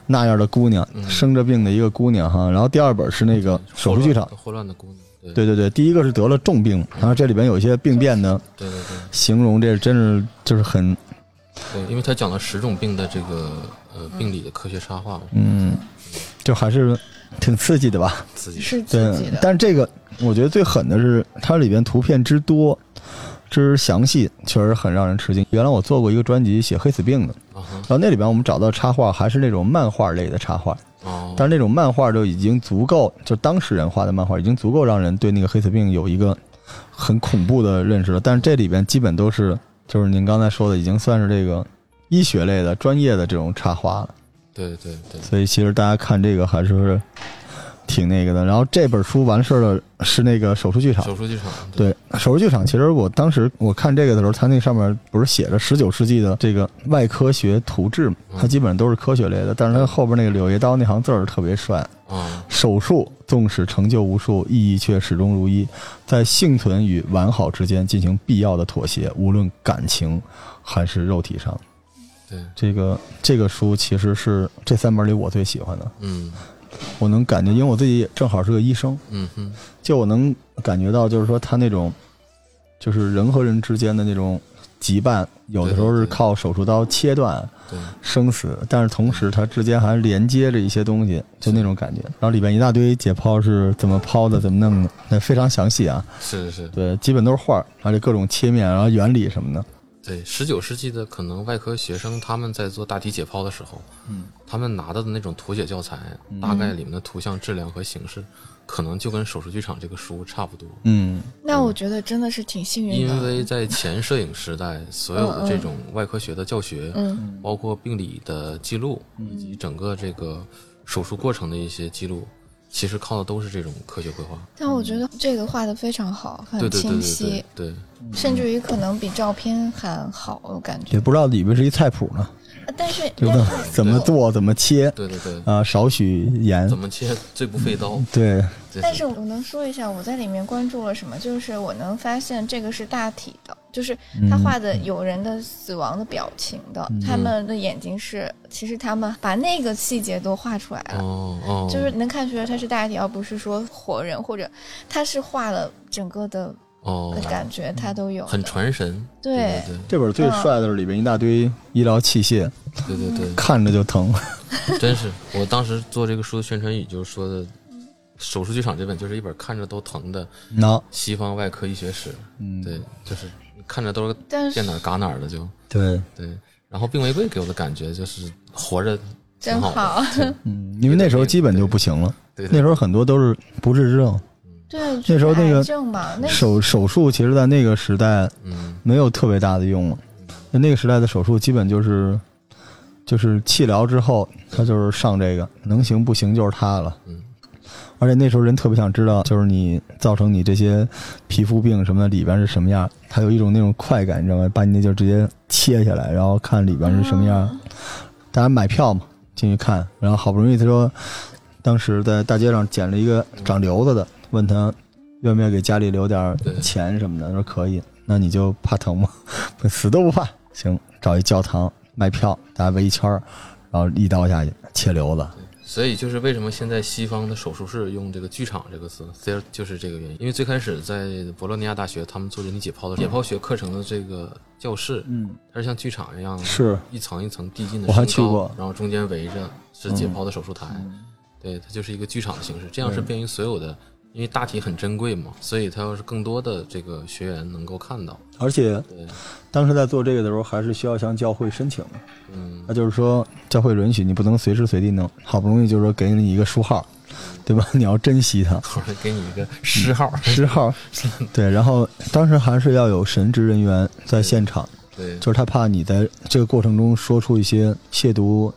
S1: 那样的姑娘，
S2: 嗯
S1: 生着病的一个姑娘哈。然后第二本是那个手术剧场，
S2: 霍乱的姑娘，
S1: 对对嗯对，第一个是得了重病，然后这里边有一些病变的
S2: 对对对
S1: 形容，这真是就是很
S2: 对，因为他讲了十种病的这个呃病理的科学插画，
S1: 嗯，就还是挺刺激的吧？
S2: 自己
S3: 是自
S1: 对
S3: 己的，
S1: 但是这个我觉得最狠的是它里边图片之多。之详细确实很让人吃惊。原来我做过一个专辑写黑死病的，
S2: 啊哈
S1: 然后那里边我们找到插画还是那种漫画类的插画，
S2: 哦，
S1: 但是那种漫画就已经足够，就当事人画的漫画已经足够让人对那个黑死病有一个很恐怖的认识了。但是这里边基本都是，就是您刚才说的，已经算是这个医学类的专业的这种插画了。
S2: 对对对，
S1: 所以其实大家看这个还是挺那个的。然后这本书完事儿了是那个手术剧场。
S2: 手术剧场，
S1: 对，手术剧场，其实我当时我看这个的时候，它那上面不是写着十九世纪的这个外科学图志嘛，它基本上都是科学类的，但是它后边那个柳叶刀那行字儿特别帅，
S2: 啊，
S1: 手术纵使成就无数，意义却始终如一，在幸存与完好之间进行必要的妥协，无论感情还是肉体上。
S2: 对，
S1: 这个这个书其实是这三本里我最喜欢的，
S2: 嗯
S1: 我能感觉，因为我自己正好是个医生，
S2: 嗯哼，
S1: 就我能感觉到，就是说他那种，就是人和人之间的那种羁绊，有的时候是靠手术刀切断
S2: 对，
S1: 生死，但是同时它之间还连接着一些东西，就那种感觉。然后里边一大堆解剖是怎么剖的，怎么弄的，那非常详细啊。
S2: 是是是，
S1: 对，基本都是画儿，而且各种切面，然后原理什么的。
S2: 对，十九世纪的可能外科学生他们在做大体解剖的时候，
S1: 嗯，
S2: 他们拿到的那种图解教材，大概里面的图像质量和形式，可能就跟手术剧场这个书差不多。
S1: 嗯，
S3: 那我觉得真的是挺幸运
S2: 因
S3: 的。
S2: 为在前摄影时代，所有的这种外科学的教学，
S3: 嗯，
S2: 包括病理的记录，以及整个这个手术过程的一些记录，其实靠的都是这种科学规划。
S3: 但我觉得这个画的非常好，
S2: 对
S3: 很
S2: 对对
S3: 清
S2: 对
S3: 晰
S2: 对，嗯对，
S3: 甚至于可能比照片还好，我感觉
S1: 也。不知道里边是一菜谱呢，
S3: 呃但是
S1: 就
S3: 但
S1: 问
S3: 是
S1: 怎么做，怎么切
S2: 对对对，
S1: 啊，少许盐
S2: 怎。么切最不费刀？
S1: 对，
S2: 这
S3: 但是我能说一下我在里面关注了什么，就是我能发现这个是大体的，就是他画的有人的死亡的表情的，他们的眼睛是，其实他们把那个细节都画出来了。
S2: 哦哦，
S3: 就是能看出来他是大体，而不是说活人，或者他是画了整个的
S2: 哦，
S3: 感觉，他都有的。
S2: 很传神。
S3: 对
S2: 对
S1: 这本最帅的是里边一大堆医疗器械，
S2: 对对对
S1: 看着就疼。
S2: 对，真是！我当时做这个书的宣传语就是说的，《手术剧场》这本就是一本看着都疼的
S1: 那
S2: 西方外科医学史。
S1: 嗯
S2: 对，就是看着都是
S3: 但是
S2: 见哪儿嘎哪儿的就
S1: 对，
S2: 对。然后病玫瑰给我的感觉就是活着挺
S3: 真
S2: 好的，
S3: 好，
S1: 嗯，因为那时候基本就不行了，
S2: 对
S1: 那
S2: 对
S1: 时候很多都是不治之症，
S3: 对，
S1: 那时候那个
S3: 癌症嘛，那
S1: 手手术其实在那个时代
S2: 嗯
S1: 没有特别大的用了。那那个时代的手术基本就是就是气疗之后，他就是上这个，能行不行就是他了。
S2: 嗯
S1: 而且那时候人特别想知道，就是你造成你这些皮肤病什么的里边是什么样，他有一种那种快感，你知道吗？把你那就直接切下来，然后看里边是什么样。大家买票嘛，进去看，然后好不容易他说，当时在大街上捡了一个长瘤子的，问他愿不愿意给家里留点钱什么的，他说可以，那你就怕疼吗？ 死都不怕，行，找一教堂卖票，大家围一圈儿，然后一刀下去切瘤子，
S2: 所以就是为什么现在西方的手术室用这个“剧场”这个词，there 就是这个原因。因为最开始在博洛尼亚大学，他们做人体解剖的时候解剖学课程的这个教室，
S1: 嗯，
S2: 它是像剧场一样，
S1: 是
S2: 一层一层递进的
S1: 我还
S2: 升
S1: 去
S2: 高
S1: 过嗯
S2: 然后中间围着是解剖的手术台，对，它就是一个剧场的形式，这样是便于所有的，因为大体很珍贵嘛，所以它要是更多的这个学员能够看到，
S1: 而且
S2: 对，
S1: 当时在做这个的时候，还是需要向教会申请的，
S2: 嗯，
S1: 那就是说教会允许你不能随时随地弄，好不容易就是说给你一个书号，对吧？你 要珍惜它。
S2: 或者给你一个诗号，
S1: 十号，对，然后当时还是要有神职人员在现场，
S2: 对，
S1: 就是他怕你在这个过程中说出一些亵渎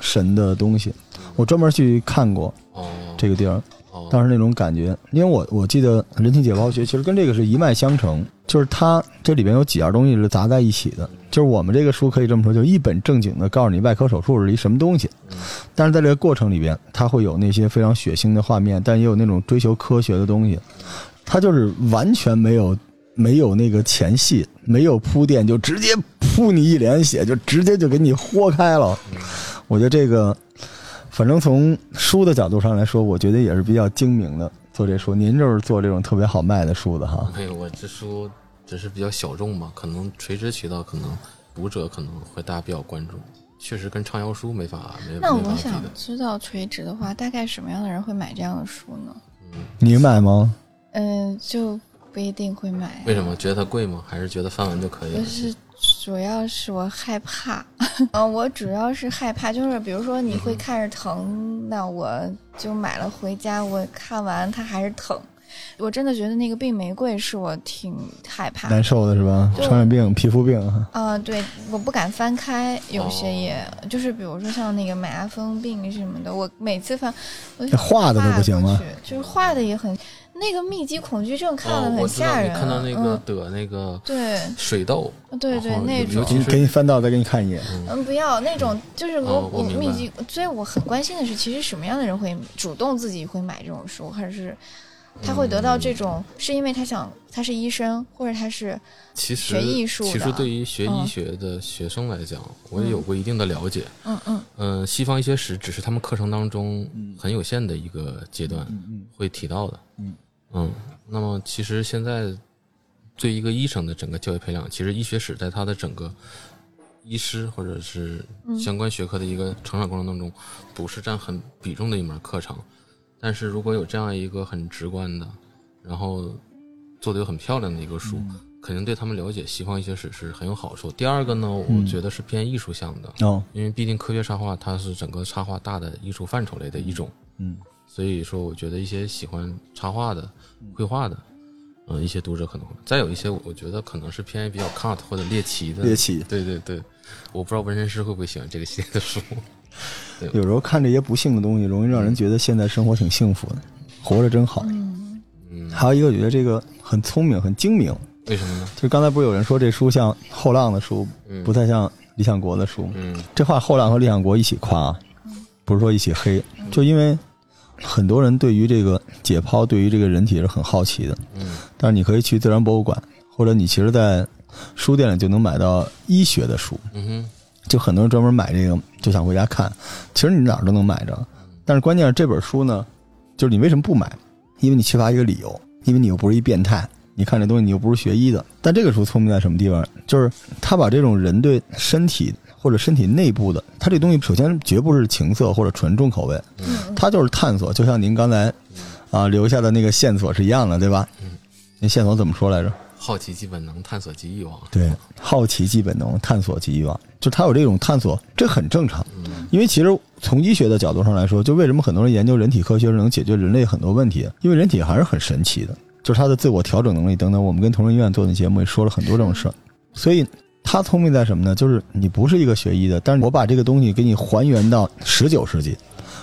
S1: 神的东西。我专门去看过
S2: 哦，
S1: 这个地儿，
S2: 哦，
S1: 当时那种感觉，因为我我记得《人体解剖学》其实跟这个是一脉相承，就是它这里边有几样东西是杂在一起的。就是我们这个书可以这么说，就一本正经的告诉你外科手术是一什么东西，但是在这个过程里边，它会有那些非常血腥的画面，但也有那种追求科学的东西，它就是完全没有没有那个前戏，没有铺垫，就直接扑你一脸血，就直接就给你豁开了。我觉得这个，反正从书的角度上来说，我觉得也是比较精明的做这书。您就是做这种特别好卖的书的哈。
S2: 没有，我这书只是比较小众嘛，可能垂直渠道可能读者可能会大家比较关注，确实跟畅销书没法没
S3: 那
S2: 没法
S3: 我
S2: 比
S3: 想
S2: 的。
S3: 知道垂直的话，大概什么样的人会买这样的书呢？
S1: 你买吗？
S3: 嗯，就不一定会买
S2: 为，什么觉得它贵吗？还是觉得翻完就可以了哦
S3: 就？是主要是我害怕。 嗯，我主要是害怕，就是比如说你
S2: 嗯
S3: 会看着疼，那我就买了回家，我看完它还是疼。我真的觉得那个病玫瑰是我挺害怕的
S1: 难受的是吧？
S3: 对
S1: 传染病、皮肤病哈。
S3: 啊、对，我不敢翻开，有些
S2: 哦
S3: 也、就是比如说像那个麻风病什么的，我每次翻，我
S1: 那画的都不行吗
S3: 跨过去？就是画的也很，那个密集恐惧症看了
S2: 哦，
S3: 很
S2: 我知道
S3: 吓
S2: 你
S3: 人、
S2: 看到那个
S3: 嗯，
S2: 得那个
S3: 对
S2: 水痘，
S3: 对对
S2: 然后
S3: 那
S2: 尤
S3: 种
S2: 尤。其
S1: 给
S2: 是
S1: 给你翻到再给你看一眼。
S3: 嗯，不要那种，就是我、
S2: 哦我明白
S3: 密集，所以我很关心的是，其实什么样的人会主动自己会买这种书，还是他会得到这种，
S2: 嗯
S3: 是因为他想他是医生，或者他是
S2: 其实
S3: 学艺术的
S2: 其实对于学医
S3: 嗯
S2: 学的学生来讲，我也有过一定的了解。
S3: 嗯嗯
S2: 嗯，西方医学史只是他们课程当中很有限的一个阶段会提到的。
S1: 嗯
S2: 嗯，那么其实现在对一个医生的整个教育培养，其实医学史在他的整个医师或者是相关学科的一个成长过程当中，不是占很比重的一门课程。但是如果有这样一个很直观的，然后做的又很漂亮的一个书，
S1: 嗯
S2: 肯定对他们了解西方医学史是很有好处。第二个呢，我觉得是偏艺术向的。
S1: 哦，
S2: 因为毕竟科学插画它是整个插画大的艺术范畴类的一种，
S1: 嗯，
S2: 所以说我觉得一些喜欢插画的、绘画的，嗯、一些读者可能会，再有一些我觉得可能是偏比较 cut 或者猎奇的。
S1: 猎奇
S2: 对对对，我不知道纹身师会不会喜欢这个系列的书。
S1: 有时候看这些不幸的东西，容易让人觉得现在生活挺幸福的，活着真好。
S3: 嗯，
S1: 还有一个，我觉得这个很聪明，很精明。
S2: 为什么呢？
S1: 就刚才不是有人说这书像后浪的书，
S2: 嗯
S1: 不太像理想国的书吗？
S2: 嗯
S1: 这话后浪和理想国一起夸啊，不是说一起黑，就因为很多人对于这个解剖，对于这个人体是很好奇的。
S2: 嗯
S1: 但是你可以去自然博物馆，或者你其实，在书店里就能买到医学的书，
S2: 嗯哼，
S1: 就很多人专门买这个，就想回家看。其实你哪儿都能买着，但是关键是这本书呢，就是你为什么不买？因为你缺乏一个理由，因为你又不是一变态，你看这东西你又不是学医的。但这个书聪明在什么地方？就是他把这种人对身体或者身体内部的，他这东西首先绝不是情色或者纯重口味，他就是探索，就像您刚才啊留下的那个线索是一样的，对吧？那线索怎么说来着？
S2: 好奇即本能，探索即欲望。
S1: 对，好奇即本能，探索即欲望，就他有这种探索，这很正常。因为其实从医学的角度上来说，就为什么很多人研究人体科学是能解决人类很多问题，因为人体还是很神奇的，就是它的自我调整能力等等。我们跟同仁医院做的节目也说了很多这种事儿，所以。他聪明在什么呢？就是你不是一个学医的，但是我把这个东西给你还原到十九世纪，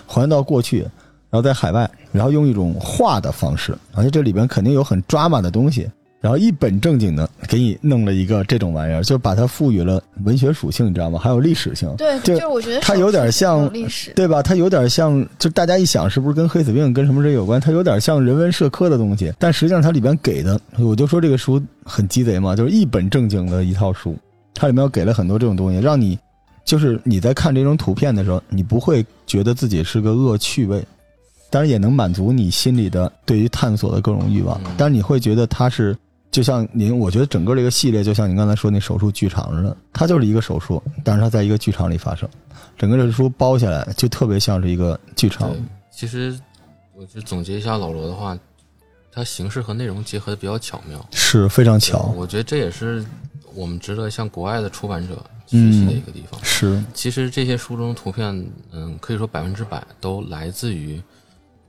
S1: 还原到过去，然后在海外，然后用一种画的方式，而且这里边肯定有很抓马的东西，然后一本正经的给你弄了一个这种玩意儿，就把它赋予了文学属性，你知道吗？还有历史性，
S3: 对，
S1: 就
S3: 就是我觉得
S1: 它
S3: 手
S1: 有
S3: 术
S1: 点
S3: 是
S1: 像
S3: 历史，
S1: 对吧？它有点像，就大家一想是不是跟黑死病跟什么这有关？它有点像人文社科的东西，但实际上它里边给的，我就说这个书很鸡贼嘛，就是一本正经的一套书，它里面给了很多这种东西，让你就是你在看这种图片的时候，你不会觉得自己是个恶趣味。当然也能满足你心里的对于探索的各种欲望
S2: 嗯，
S1: 但是你会觉得它是就像您，我觉得整个这个系列就像您刚才说那手术剧场似的，它就是一个手术，但是它在一个剧场里发生。整个这书包下来就特别像是一个剧场
S2: 对，，其实我就总结一下老罗的话，它形式和内容结合的比较巧妙。
S1: 是非常巧，
S2: 我觉得这也是我们值得向国外的出版者
S1: 嗯
S2: 学习的一个地方。
S1: 是
S2: 其实这些书中的图片，嗯，可以说百分之百都来自于，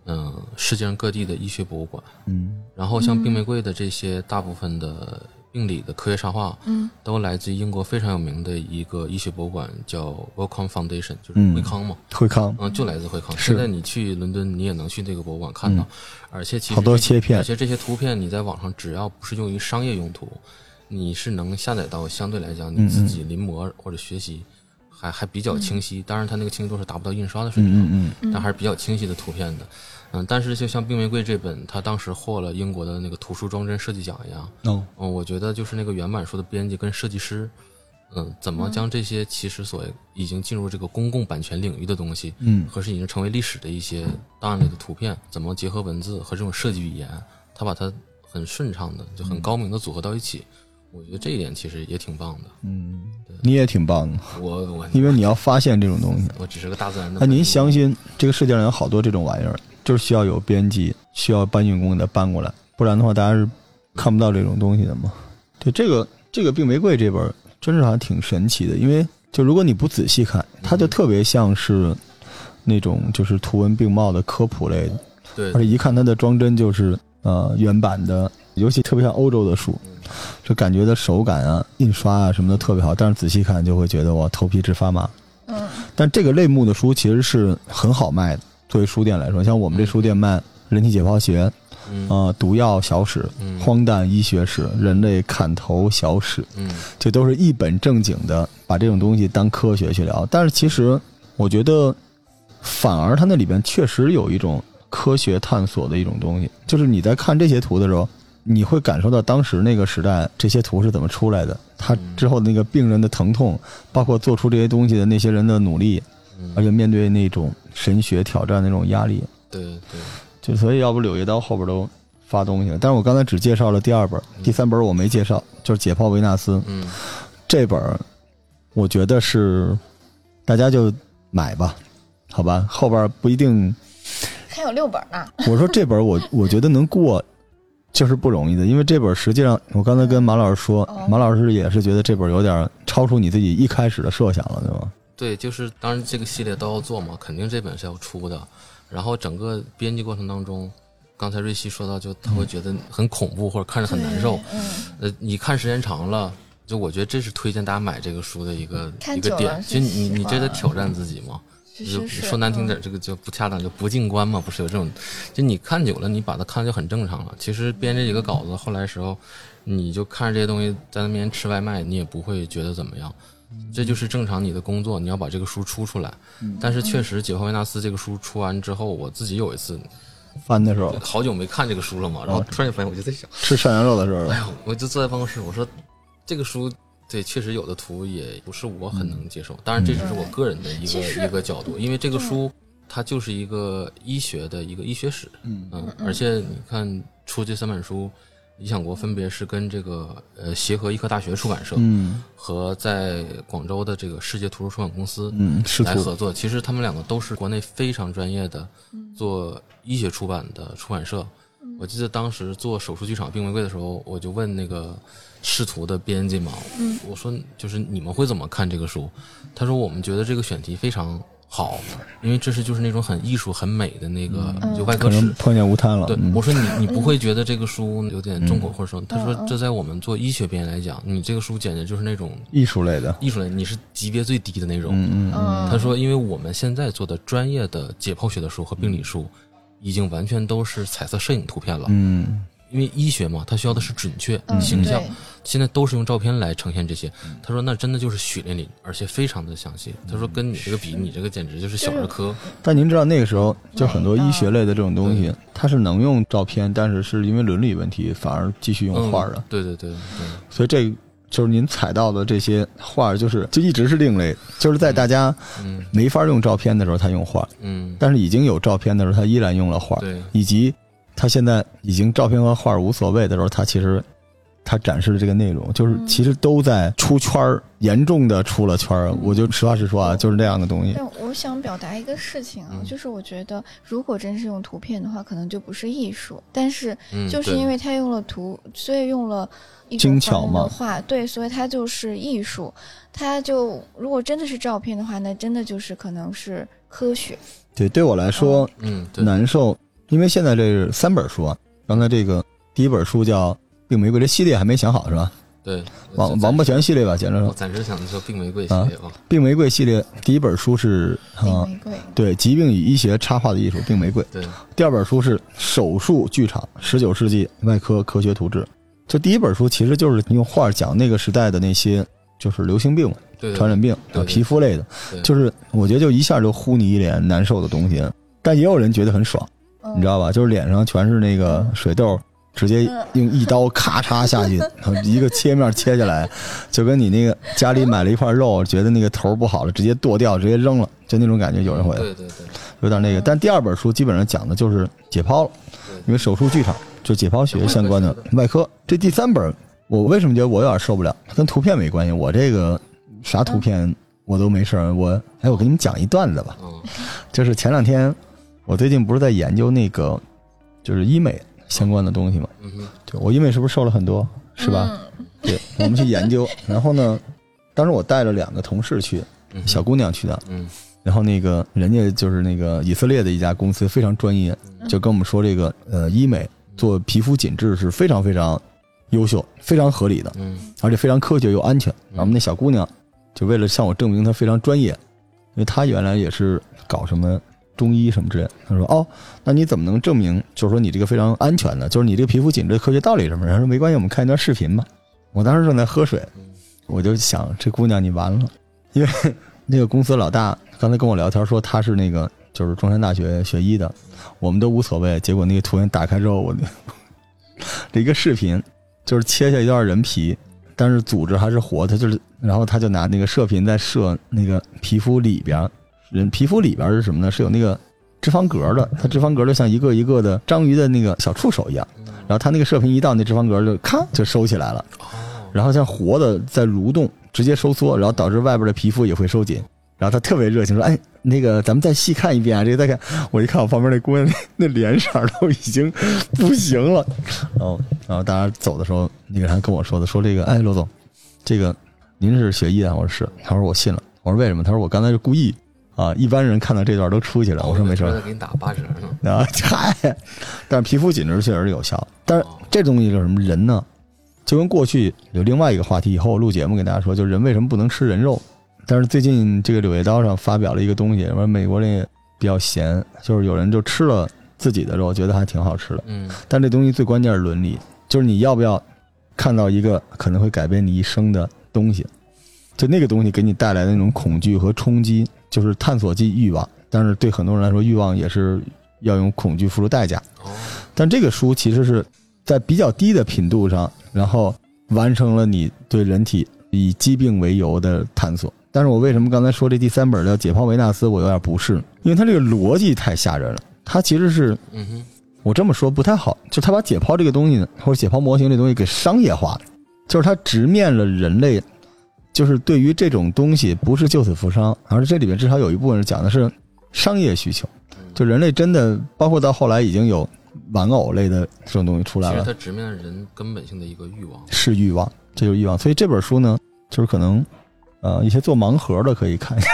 S2: 嗯，世界上各地的医学博物馆。
S1: 嗯
S2: 然后像冰玫瑰的这些，大部分的病理的科学插画，
S3: 嗯，
S2: 都来自于英国非常有名的一个医学博物馆，叫 Wellcome Foundation，就是
S1: 嗯
S2: 惠康嘛，
S1: 惠康
S2: 嗯，就来自惠康。
S1: 是嗯
S2: 现在你去伦敦，你也能去这个博物馆看到，而且其实
S1: 好多
S2: 这
S1: 切
S2: 些
S1: 片
S2: 而且这些图片你在网上只要不是用于商业用途，你是能下载到相对来讲你
S1: 嗯
S2: 自己临摹或者学习还还比较清晰。当然，它那个清晰度是达不到印刷的水平，
S1: 嗯
S2: 但还是比较清晰的图片的。嗯，但是就像《冰玫瑰》这本，它当时获了英国的那个图书装帧设计奖一样，
S1: 嗯，哦，
S2: 嗯，我觉得就是那个原版书的编辑跟设计师，嗯，怎么将这些其实所已经进入这个公共版权领域的东西，
S1: 嗯
S2: 和是已经成为历史的一些档案里的图片，怎么结合文字和这种设计语言，他把它很顺畅的、就很高明的组合到一起。我觉得这一点其实也挺棒的。
S1: 嗯，你也挺棒的，
S2: 我 我
S1: 因为你要发现这种东西。
S2: 我只是个大自然的。
S1: 那啊您相？信这个世界上有好多这种玩意儿，就是需要有编辑，需要搬运工给它搬过来，不然的话大家是看不到这种东西的嘛。对，这个这个《病玫瑰》这本儿真是还挺神奇的，因为就如果你不仔细看，它就特别像是那种就是图文并茂的科普类的，
S2: 对
S1: 而且一看它的装帧就是呃原版的，尤其特别像欧洲的书，就感觉它手感啊、印刷啊什么的特别好，但是仔细看就会觉得哇头皮直发麻。
S3: 嗯
S1: 但这个类目的书其实是很好卖的，作为书店来说，像我们这书店卖《人体解剖学》
S2: 嗯
S1: 啊、毒药小史》
S2: 嗯
S1: 《荒诞医学史》《人类砍头小史》，
S2: 嗯
S1: 这都是一本正经的把这种东西当科学去聊。但是其实我觉得，反而它那里边确实有一种科学探索的一种东西，就是你在看这些图的时候。你会感受到当时那个时代这些图是怎么出来的，它之后那个病人的疼痛，包括做出这些东西的那些人的努力，
S2: 嗯，
S1: 而且面对那种神学挑战的那种压力，
S2: 对对，
S1: 就所以要不《柳叶刀》后边都发东西了。但是我刚才只介绍了第二本，第三本我没介绍，就是《解剖维纳斯》
S2: 嗯
S1: 这本，我觉得是大家就买吧，好吧，后边不一定。
S3: 还有六本呢，
S1: 我说这本我我觉得能过。就是不容易的，因为这本实际上，我刚才跟马老师说
S3: 哦，
S1: 马老师也是觉得这本有点超出你自己一开始的设想了，对吗？
S2: 对，就是当然这个系列都要做嘛，肯定这本是要出的。然后整个编辑过程当中，刚才瑞希说到，就他会觉得很恐怖或者看着很难受
S3: 嗯对。嗯，
S2: 呃，你看时间长了，就我觉得这是推荐大家买这个书的一个
S3: 看
S2: 一个
S3: 久
S2: 点。
S3: 了
S2: 其实你
S3: 是
S2: 你
S3: 喜
S2: 这在
S3: 欢
S2: 挑战自己嘛？
S3: 其
S2: 就
S3: 实
S2: 是
S3: 是
S2: 说难听点，，这个就不恰当，就不进观嘛，不是有这种？就你看久了，你把它看就很正常了。其实编这几个稿子，后来时候，你就看着这些东西在那边吃外卖，你也不会觉得怎么样。这就是正常你的工作，你要把这个书出出来。但是确实，《解放维纳斯》这个书出完之后，我自己有一次
S1: 翻的时候
S2: 好久没看这个书了嘛，然后哦突然间发现，我就在想，
S1: 吃涮羊肉的时候，
S2: 我就坐在办公室，我说这个书。对，确实有的图也不是我很能接受，当然这只是我个人的一个
S3: 其实
S2: 一个角度，因为这个书它就是一个医学的一个医学史，
S1: 嗯
S2: 而且你看出这三本书，理想国分别是跟这个呃协和医科大学出版社
S1: 嗯
S2: 和在广州的这个世界图书出版公司
S1: 嗯，吃
S2: 来
S1: 土
S2: 合作，其实他们两个都是国内非常专业的做医学出版的出版社。我记得当时做手术剧场病玫瑰的时候，我就问那个仕途的编辑嘛，我说就是你们会怎么看这个书？他说我们觉得这个选题非常好，因为这是就是那种很艺术很美的那个就外
S1: 可
S2: 科史。
S1: 能碰见无摊了。
S2: 对，
S1: 嗯
S2: 我说你你不会觉得这个书有点重口或者说？他说这在我们做医学编来讲，你这个书简直就是那种
S1: 艺术类的，
S2: 艺术类，你是级别最低的那种。
S1: 嗯嗯
S3: 嗯，
S2: 他说，因为我们现在做的专业的解剖学的书和病理书，已经完全都是彩色摄影图片了。
S1: 嗯，
S2: 因为医学嘛，它需要的是准确、
S3: 嗯
S2: 形象
S3: 对，
S2: 现在都是用照片来呈现这些。
S1: 嗯
S2: 他说，那真的就是血淋淋，而且非常的详细。他说，跟你这个比，
S1: 嗯
S2: 你这个简直就是小儿科。
S1: 但您知道那个时候，就很多医学类的这种东
S2: 嗯
S1: 西，它是能用照片，但是是因为伦理问题，反而继续用
S2: 嗯，
S1: 画的。
S2: 对对对对，
S1: 所以这就是您采到的这些画儿，就是就一直是另类，就是在大家
S2: 嗯
S1: 没法用照片的时候，他用画儿；
S2: 嗯，
S1: 但是已经有照片的时候，他依然用了画儿，
S2: 对
S1: 以及他现在已经照片和画儿无所谓的时候，他其实。他展示的这个内容，
S2: 嗯
S1: 就是其实都在出圈儿，严重的出了圈儿。我就实话实说啊，就是这样的东西。
S3: 但我想表达一个事情啊，
S2: 嗯
S3: 就是我觉得如果真是用图片的话，可能就不是艺术，但是
S2: 嗯
S3: 就是
S2: 对
S3: 因为他用了图，所以用了一种
S1: 精巧
S3: 方面
S1: 嘛
S3: 的画，对，所以它就是艺术。它就如果真的是照片的话，那真的就是可能是科学。
S1: 对，对我来说
S2: 嗯对，
S1: 难受，因为现在这是三本书啊。刚才这个第一本书叫《病玫瑰》，这系列还没想好是吧？
S2: 对，嗯
S1: 王
S2: 就
S1: 王宝强系列吧，简直
S2: 我
S1: 是。
S2: 暂时想的是《病玫瑰》
S1: 啊
S2: 系列啊，
S1: 病玫瑰系列第一本书是
S3: 那
S1: 啊，
S3: 玫瑰，
S1: 对疾病与医学插画的艺术《病玫瑰》，
S2: 对，
S1: 第二本书是《手术剧场：十九世纪外科科学图志》。就第一本书其实就是用画讲那个时代的那些就是流行病嘛、
S2: 对
S1: 传
S2: 对，
S1: 染病啊
S2: 对、对
S1: 皮肤类的
S2: 对，
S1: 就是我觉得就一下就呼你一脸难受的东西。但也有人觉得很爽，
S3: 嗯
S1: 你知道吧？就是脸上全是那个水痘，直接
S3: 嗯
S1: 用一刀咔嚓下去，一个切面切下来，就跟你那个家里买了一块肉，觉得那个头不好了，直接剁掉，直接扔了，就那种感觉。有人会
S2: 对对对，
S1: 有点那个，但第二本书基本上讲的就是解剖了，因为手术剧场就解剖学相关的外科。这第三本我为什么觉得我有点受不了？它跟图片没关系，我这个啥图片我都没事儿。我哎，我给你们讲一段子吧，
S2: 嗯
S1: 就是前两天我最近不是在研究那个就是医美相关的东西嘛，
S2: 嗯哼，
S1: 对我医美是不是瘦了很多？是吧？？
S3: 嗯
S1: 对，我们去研究。然后呢，当时我带着两个同事去，
S2: 嗯哼
S1: 小姑娘去的，
S2: 嗯
S1: 然后那个人家就是那个以色列的一家公司，非常专业，就跟我们说这个呃医美做皮肤紧致是非常非常优秀、非常合理的，
S2: 嗯
S1: 而且非常科学又安全。然后我们那小姑娘就为了向我证明她非常专业，因为她原来也是搞什么中医什么之类的，她说哦，那你怎么能证明就是说你这个非常安全呢？就是你这个皮肤紧致的科学道理什么的？她说没关系，我们看一段视频吧。我当时正在喝水，
S2: 嗯
S1: 我就想，这姑娘你完了，因为那个公司老大刚才跟我聊天说他是那个就是中山大学学医的，我们都无所谓。结果那个图片打开之后，我就 这一个视频就是切下一段人皮，但是组织还是活的，就是然后他就拿那个射频在射那个皮肤里边儿，人皮肤里边儿是什么呢？是有那个脂肪格的，它脂肪格就像一个一个的章鱼的那个小触手一样，然后他那个射频一到那脂肪格就咔就收起来了。
S2: 哦，
S1: 然后像活的在蠕动，直接收缩，然后导致外边的皮肤也会收紧。然后他特别热情说：“哎，那个咱们再细看一遍啊，这个再看。”我一看我旁边那姑娘那那脸色儿都已经不行了。然后，然后大家走的时候，那个人还跟我说的，说这个，哎，罗总，这个您是学医的？我说是。他说我信了。我说为什么？他说我刚才是故意啊，一般人看到这段都出去了。我说没事儿
S2: 再给你打八折呢，
S1: 啊，嗨，但是皮肤紧致确实是有效。但是
S2: 哦
S1: 这东西就是什么人呢？就跟过去有另外一个话题，以后我录节目给大家说，就是人为什么不能吃人肉？但是最近这个《柳叶刀》上发表了一个东西，说美国人也比较闲，就是有人就吃了自己的肉，觉得还挺好吃的。
S2: 嗯
S1: 但这东西最关键是伦理，就是你要不要看到一个可能会改变你一生的东西，就那个东西给你带来的那种恐惧和冲击，就是探索即欲望。但是对很多人来说，欲望也是要用恐惧付出代价。
S2: 哦，
S1: 但这个书其实是在比较低的频度上，然后完成了你对人体以疾病为由的探索。但是我为什么刚才说这第三本叫《解剖维纳斯》，我有点不适，因为它这个逻辑太吓人了。它其实是
S2: 嗯哼，
S1: 我这么说不太好，就他把解剖这个东西呢，或者解剖模型这东西给商业化了，就是他直面了人类，就是对于这种东西不是就此负伤，而是这里面至少有一部分是讲的是商业需求，就人类真的包括到后来已经有玩偶类的这种东西出来
S2: 其实
S1: 了，
S2: 它直面人根本性的一个欲望，
S1: 是欲望，这就是欲望。所以这本书呢，就是可能呃一些做盲盒的可以看一下，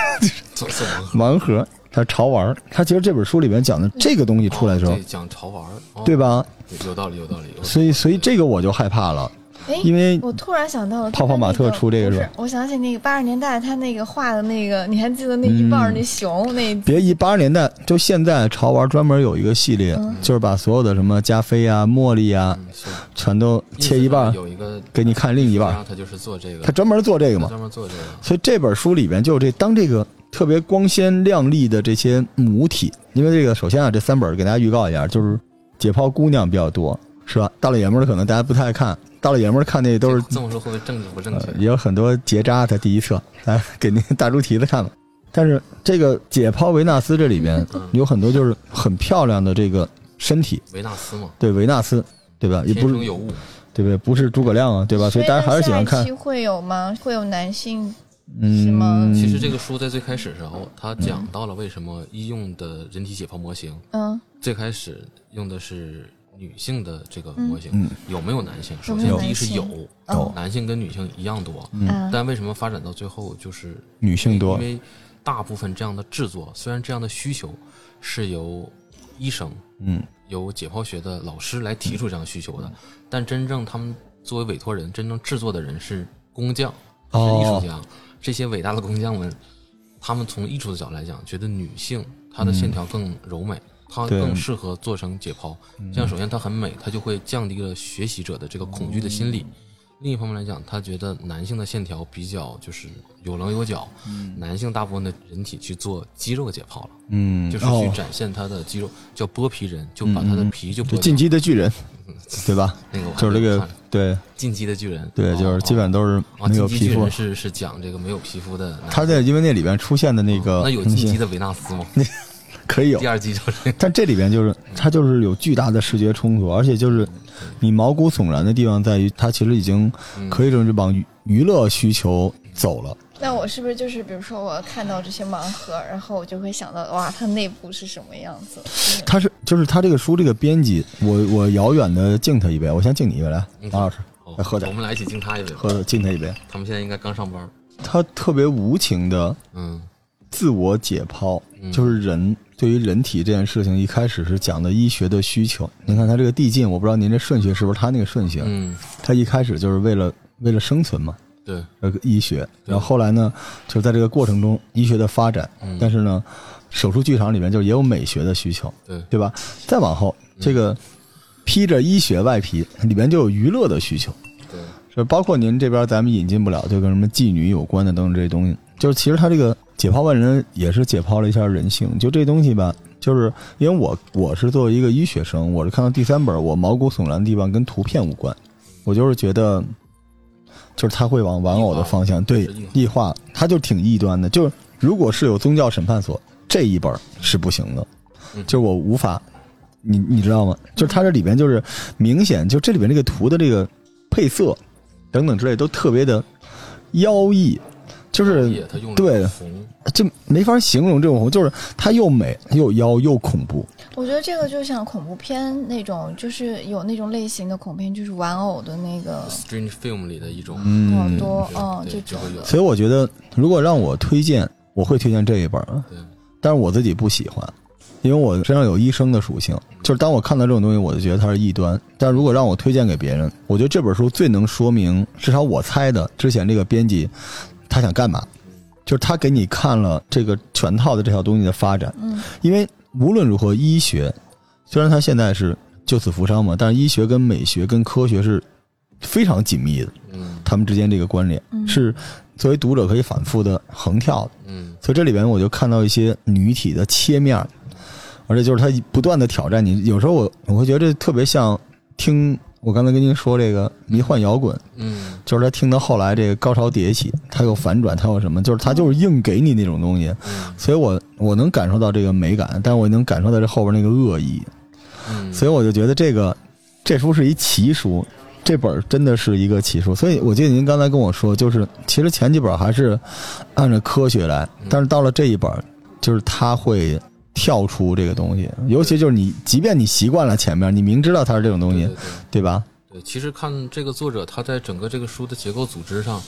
S2: 怎 怎么哦
S1: 盲盒它潮玩儿，它其实这本书里面讲的这个东西出来的时候
S2: 对，讲潮玩儿，哦
S1: 对？吧？
S2: 有有道理，有道理。有
S1: 所以所以这个我就害怕了，
S3: 哎，
S1: 因为
S3: 我突然想到了，
S1: 泡泡玛特出这个
S3: 不
S1: 是
S3: 是
S1: 吧
S3: 我想起那个八十年代他那个画的那个，你还记得那一半儿那熊那一
S1: 嗯别一八十年代，就现在潮玩专门有一个系列，
S3: 嗯
S1: 就是把所有的什么加菲啊、茉莉啊，
S2: 嗯是
S1: 全都切一半
S2: 意
S1: 儿
S2: 思是有一个
S1: 给你看另一半
S2: 然
S1: 儿
S2: 后。他就是做这个，
S1: 他专门做这个
S2: 他
S1: 嘛，
S2: 专门做这个，
S1: 所以这本书里边就有这当这个特别光鲜亮丽的这些母体，因为这个首先啊，这三本儿给大家预告一下，就是解剖姑娘比较多，是吧？大老爷们儿可能大家不太爱看，大老爷们儿看那都是
S2: 这这么说会不会政治不正
S1: 呃
S2: 确？
S1: 也有很多结扎在第一册， 来给那个大猪蹄子看了。但是这个解剖维纳斯这里边
S2: 嗯
S1: 有很多就是很漂亮的这个身体，
S2: 维纳斯嘛，
S1: 对维纳斯，对吧？也
S2: 天
S1: 不是嗯
S2: 生有物，
S1: 对不对？不是诸葛亮啊，对吧？所以大家还是喜欢
S3: 所以那下
S1: 看
S3: 一期。会有吗？会有男性是吗
S1: 嗯，
S2: 其实这个书在最开始时候，它讲到了为什么医用的人体解剖模型
S3: 嗯
S2: 最开始用的是女性的这个模型，
S1: 嗯
S2: 有没有男性？
S3: 有
S2: 首
S3: 没有
S2: 先第一是
S3: 男性哦
S2: 有，
S1: 有
S2: 男性跟女性一样多，
S3: 嗯
S2: 但为什么发展到最后就是
S1: 女性多
S2: 因，为大部分这样的制作，虽然这样的需求是由医生、
S1: 嗯，
S2: 由解剖学的老师来提出这样的需求的，但真正他们作为委托人，真正制作的人是工匠，是
S1: 哦
S2: 艺术家。这些伟大的工匠们，他们从艺术的角度来讲，觉得女性她的线条更柔美，她
S1: 嗯对
S2: 更适合做成解剖。这样，首先她很美，她就会降低了学习者的这个恐惧的心
S1: 嗯
S2: 理。另一方面来讲，他觉得男性的线条比较就是有棱有角，男性大部分的人体去做肌肉解剖了，
S1: 嗯，
S2: 就是去
S1: 哦，嗯
S2: 展现他的肌肉，叫剥皮人，就把他的皮就剥
S1: 就
S2: 掉。
S1: 进击的巨人，对吧？
S2: 那个我还
S1: 就是这
S2: 没有
S1: 个
S2: 嗯看
S1: 对
S2: 进击的巨人，
S1: 对，
S2: 哦
S1: 就是基本上都是
S2: 哦，
S1: 没有
S2: 进击
S1: 皮
S2: 巨
S1: 肤
S2: 人。是是讲这个没有皮肤的男，
S1: 他在因为那里边出现的那个
S2: 哦那有进击的维纳斯吗？
S1: 可以有
S2: 第，二 季就是
S1: 但这里边就是它就是有巨大的视觉冲突，而且就是你毛骨悚然的地方在于，它其实已经可以就是往娱娱乐需求走了。
S3: 那我是不是就是，比如说我看到这些盲盒，然后我就会想到，哇，它内部是什么样子？
S1: 它是就是它这个书这个编辑，我我遥远的敬他一杯，我先敬你一杯来，马老师
S2: 哦
S1: 来哎喝点
S2: 我，们来一起敬他一杯吧。
S1: 喝敬他一杯。
S2: 他们现在应该刚上班，
S1: 他特别无情的
S2: 嗯
S1: 自我解剖，嗯就是人对于人体这件事情，一开始是讲的医学的需求。您看他这个递进，我不知道您这顺序是不是他那个顺序，啊
S2: 嗯，
S1: 他一开始就是为了为了生存嘛。
S2: 对，
S1: 呃医学，然后后来呢，就是在这个过程中医学的发展，但是呢，手术剧场里面就也有美学的需求，
S2: 对
S1: 对吧？再往后，这个披着医学外皮，里面就有娱乐的需求，
S2: 对，
S1: 就包括您这边咱们引进不了，就跟什么妓女有关的等等这些东西，就是其实它这个解剖万人也是解剖了一下人性，就这东西吧。就是因为我我是作为一个医学生，我是看到第三本，我毛骨悚然的地方跟图片无关，我就是觉得，就是他会往玩偶的方向对
S2: 是异化
S1: 异化，他就挺异端的。就是如果是有宗教审判所这一本是不行的，
S2: 嗯
S1: 就是我无法，你你知道吗？就是它这里边就是明显，就这里边这个图的这个配色等等之类都特别的妖异，就是
S2: 也他用了
S1: 对
S2: 红，
S1: 这没法形容这种红，就是它又美又妖又恐怖。
S3: 我觉得这个就像恐怖片那种，就是有那种类型的恐怖片，就是玩偶的那个
S2: Strange Film 里的一种，
S3: 好
S1: 嗯，
S3: 多，嗯，
S2: 对
S3: 这
S2: 就
S3: 种
S2: 会有
S3: 的。
S1: 所以我觉得如果让我推荐，我会推荐这一本儿，
S2: 对，
S1: 但是我自己不喜欢，因为我身上有医生的属性，就是当我看到这种东西，我就觉得它是异端。但如果让我推荐给别人，我觉得这本书最能说明，至少我猜的，之前这个编辑他想干嘛，就是他给你看了这个全套的这套东西的发展，
S3: 嗯，
S1: 因为无论如何，医学虽然它现在是救死扶伤嘛，但是医学跟美学跟科学是非常紧密的，
S2: 嗯
S1: 他们之间这个关联
S3: 嗯
S1: 是作为读者可以反复的横跳的。
S2: 嗯
S1: 所以这里边我就看到一些女体的切面儿，而且就是它不断的挑战你。有时候我我会觉得这特别像听我刚才跟您说这个迷幻摇滚，
S2: 嗯，
S1: 就是他听到后来这个高潮迭起，它有反转，它有什么，就是它就是硬给你那种东西。
S2: 嗯
S1: 所以我我能感受到这个美感，但我也能感受到这后边那个恶意，
S2: 嗯，
S1: 所以我就觉得这个这书是一奇书。这本儿真的是一个奇书，所以我记得您刚才跟我说，就是其实前几本儿还是按照科学来，
S2: 嗯
S1: 但是到了这一本儿，就是它会跳出这个东西，尤其就是你，即便你习惯了前面，你明知道它是这种东
S2: 对
S1: 西
S2: 对，对。
S1: 对吧？
S2: 对，其实看这个作者，他在整个这个书的结构组织上，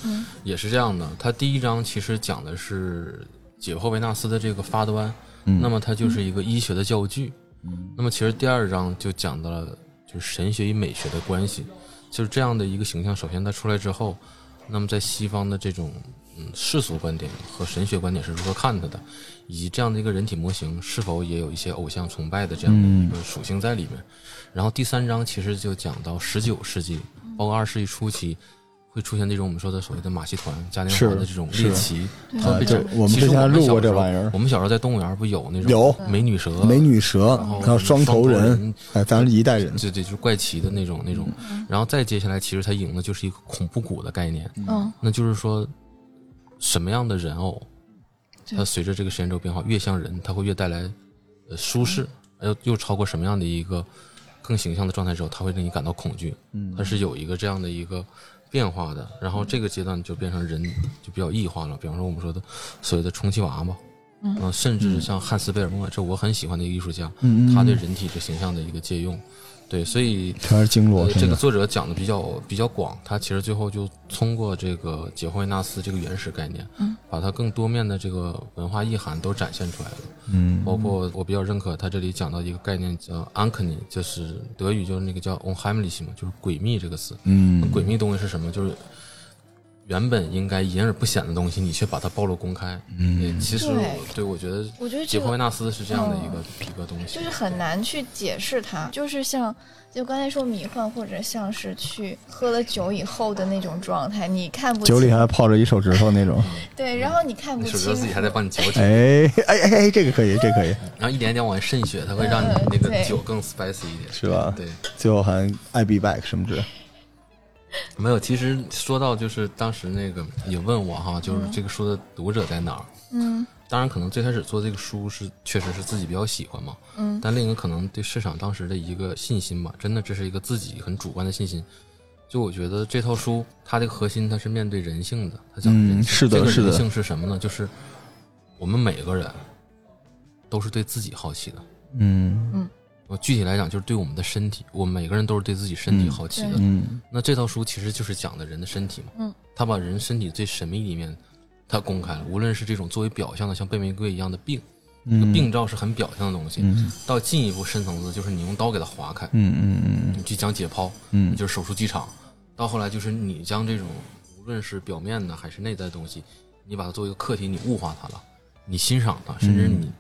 S2: 也是这样的。他第一章其实讲的是解剖维纳斯的这个发端，
S1: 嗯
S2: 那么它就是一个医学的教具。那么其实第二章就讲到了就是神学与美学的关系，就是这样的一个形象。首先它出来之后，那么在西方的这种嗯世俗观点和神学观点是如何看它的，以及这样的一个人体模型是否也有一些偶像崇拜的这样的一个属性在里面。然后第三章其实就讲到十九世纪，包括二十世纪初期。会出现这种我们说的所谓的马戏团、嘉年华
S1: 是
S2: 的这种
S1: 是
S2: 猎奇，它
S1: 啊
S2: 会
S1: 这
S2: 讲
S1: 我们
S2: 其
S1: 之
S2: 实
S1: 前
S2: 我
S1: 录过
S2: 小
S1: 这
S2: 时候
S1: 玩意儿
S2: 我们小时候在动物园不有那种
S1: 有
S2: 美女蛇、
S1: 美女蛇，
S2: 后
S1: 还有双头
S2: 双头
S1: 人
S2: 人，嗯
S1: 哎，咱是一代人，
S2: 对对，就是怪奇的那种那种。然后再接下来，其实它引用的就是一个恐怖谷的概念，
S3: 嗯，
S2: 那就是说，什么样的人偶，
S3: 对
S2: 它随着这个时间轴变化，越像人，它会越带来呃舒适，又又超过什么样的一个更形象的状态之后，它会令你感到恐惧。
S1: 嗯
S2: 它是有一个这样的一个变化的。然后这个阶段就变成人就比较异化了，比方说我们说的所谓的充气娃娃。嗯、甚至像汉斯·贝尔默，这我很喜欢的一个艺术家，
S1: 嗯嗯
S2: 他对
S1: 嗯
S2: 人体这形象的一个借用，对，所以
S1: 全是经络
S2: 呃，这
S1: 真的
S2: 个作者讲的比较比较广，他其实最后就通过这个
S3: 嗯
S2: 解剖维纳斯这个原始概念，把它更多面的这个文化意涵都展现出来了。
S1: 嗯
S2: 包括我比较认可他这里讲到一个概念叫 uncanny，就是德语就是那个叫 unheimlich 嘛，就是诡秘这个词。
S1: 嗯
S2: 诡秘东西是什么？就是原本应该隐而不显的东西，你却把它暴露公开。嗯，其实我
S3: 对
S2: 对我觉得，
S3: 我觉得
S2: 杰
S3: 这
S2: 克
S3: 个嗯
S2: 维纳斯是这样的一个、一个东西，
S3: 就是很难去解释它，就是像就刚才说迷幻，或者像是去喝了酒以后的那种状态，你看不
S1: 酒里
S3: 清
S1: 还泡着一手指头那种，
S3: 对，然后你看不
S2: 你手
S3: 清
S2: 指自己还在帮你嚼紧，
S1: 哎哎哎哎，这个可以，这个可以，
S2: 然后一点点往外渗血，它会让你
S3: 嗯
S2: 那个
S3: 对
S2: 酒更 spicy 一点，
S1: 是吧
S2: 对。
S1: 最后还 I be back 什么之类，
S2: 没有，其实说到就是当时那个也问我哈，就是这个书的读者在哪儿？
S3: 嗯，
S2: 当然可能最开始做这个书是确实是自己比较喜欢嘛，
S3: 嗯，
S2: 但另一个可能对市场当时的一个信心吧，真的这是一个自己很主观的信心。就我觉得这套书它这个核心它是面对人性的，它讲
S1: 嗯
S2: 人性
S1: 是的
S2: 这个
S1: 是的
S2: 人性是什么呢？就是我们每个人都是对自己好奇的。
S1: 嗯
S2: 我呃具体来讲就是对我们的身体，我们每个人都是对自己身体
S1: 嗯
S2: 好奇的。
S3: 对
S1: 嗯
S2: 那这套书其实就是讲的人的身体嘛，
S3: 嗯，
S2: 他把人身体最神秘的一面，他公开了，无论是这种作为表象的像贝玫瑰一样的病，这个
S1: 嗯
S2: 病灶是很表象的东西，
S1: 嗯
S2: 到进一步深层次就是你用刀给它划开，
S1: 嗯嗯
S2: 你去讲解剖，
S1: 嗯
S2: 就是手术机场，到后来就是你将这种无论是表面的还是内在的东西，你把它作为一个课题，你物化它了，你欣赏它，甚至
S1: 嗯
S2: 你。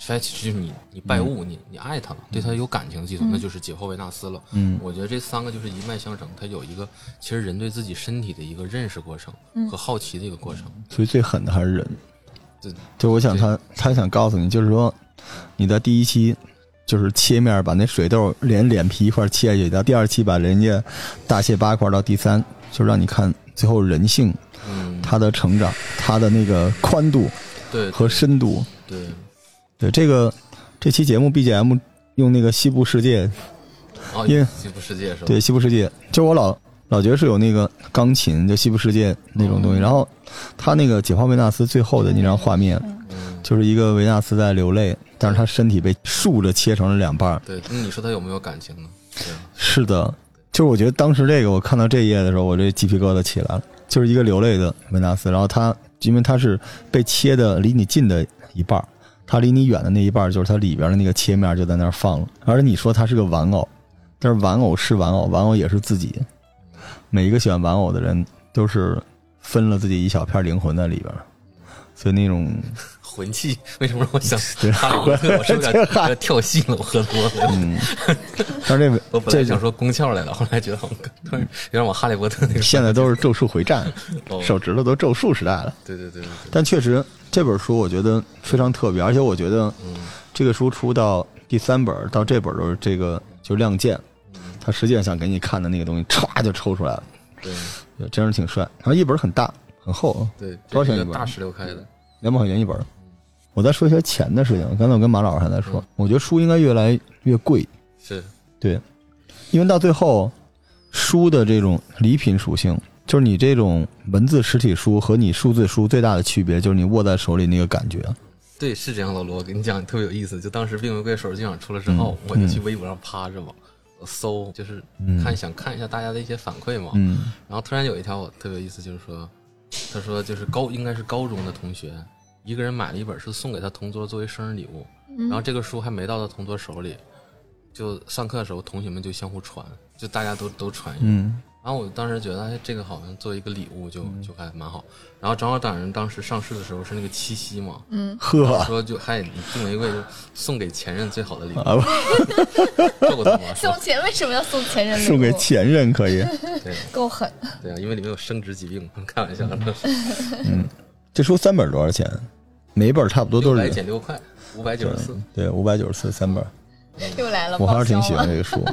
S2: 其实就是你，你拜物，你你爱它了，对它有感情的寄托，
S3: 嗯
S2: 那就是解剖维纳斯了。
S1: 嗯
S2: 我觉得这三个就是一脉相承，它有一个其实人对自己身体的一个认识过程
S3: 嗯
S2: 和好奇的一个过程。
S1: 嗯，所以最狠的还是人。
S2: 对，
S1: 就我想他他想告诉你，就是说你的第一期就是切面把那水痘连脸皮一块切下去，到第二期把人家大卸八块，到第三就让你看最后人性
S2: 嗯，
S1: 它的成长，它的那个宽度
S2: 对
S1: 和深度。
S2: 对，
S1: 对这个这期节目 BGM 用那个西部世界，
S2: 哦，
S1: 因为
S2: 西部世界是吧？
S1: 对西部世界，就我老老觉得是有那个钢琴，就西部世界那种东西。然后他那个解放维纳斯最后的那张画面，
S2: 嗯，
S1: 就是一个维纳斯在流泪，但是他身体被竖着切成了两半儿。
S2: 对，那你说他有没有感情呢？对啊，
S1: 是的，就是我觉得当时这个我看到这一页的时候，我这鸡皮疙瘩起来了，就是一个流泪的维纳斯，然后他因为他是被切的离你近的一半儿，他离你远的那一半儿就是它里边的那个切面就在那儿放了，而且你说它是个玩偶，但是玩偶是玩偶，玩偶也是自己，每一个喜欢玩偶的人都是分了自己一小片灵魂在里边儿，所以那种
S2: 魂器 为什么让我想
S1: 对
S2: 哈利波特？我是不是有点
S1: 这还
S2: 有点跳戏了？我喝多了。
S1: 但是这
S2: 我本来
S1: 嗯这嗯
S2: 想说宫壳来了，后来觉得好像突然有点往哈利波特那个
S1: 现在都是咒术回战，
S2: 哦
S1: 手指头都咒术时代了。
S2: 对对对对对，
S1: 但确实这本书我觉得非常特别，而且我觉得这个书出到第三本儿到这本儿都是这个就亮剑，他实际上想给你看的那个东西歘就抽出来了，
S2: 对
S1: 对真是挺帅。然后一本儿很大很厚，
S2: 对，
S1: 多少钱一
S2: 这是一
S1: 本
S2: 个大石榴开的？
S1: 两百块钱一本儿。我再说一些钱的事情，刚才我跟马老师还在说，我觉得书应该越来越贵，
S2: 是，
S1: 对，因为到最后，书的这种礼品属性，就是你这种文字实体书和你数字书最大的区别，就是你握在手里那个感觉。
S2: 对，是这样，老罗，我跟你讲，特别有意思。就当时《冰玫瑰手术机场》出了之后，
S1: 嗯
S2: 我就去微博上趴着嘛，我搜就是看、想看一下大家的一些反馈嘛。
S1: 嗯
S2: 然后突然有一条我特别有意思，就是说，他说就是高应该是高中的同学，一个人买了一本是送给他同桌作为生日礼物，
S1: 嗯
S2: 然
S3: 嗯
S2: 后这个书还没到他同桌手里，就上课的时候同学们就相互传，就大家都都传一个。
S1: 嗯
S2: 然后我当时觉得，哎，这个好像作为一个礼物就就还蛮好。然后正好党人当时上市的时候是那个七夕嘛，
S3: 嗯
S1: 呵，
S2: 说就嗨，你送玫瑰就送给前任最好的礼物，
S1: 啊，不
S2: 够他妈说
S3: 送钱为什么要送 前任礼物？
S1: 送给前任可 以。
S2: 对
S3: 够狠，
S2: 对啊，因为里面有生殖疾病， 开玩笑啊的，
S1: 这书三本多少钱？每本差不多
S2: 六
S1: 都
S2: 百
S1: 是
S2: 减六块，五百九十四。
S1: 对五百九十四三本，
S3: 又来了，
S1: 我还是挺喜
S3: 报销
S1: 欢
S3: 了。
S1: 这个书。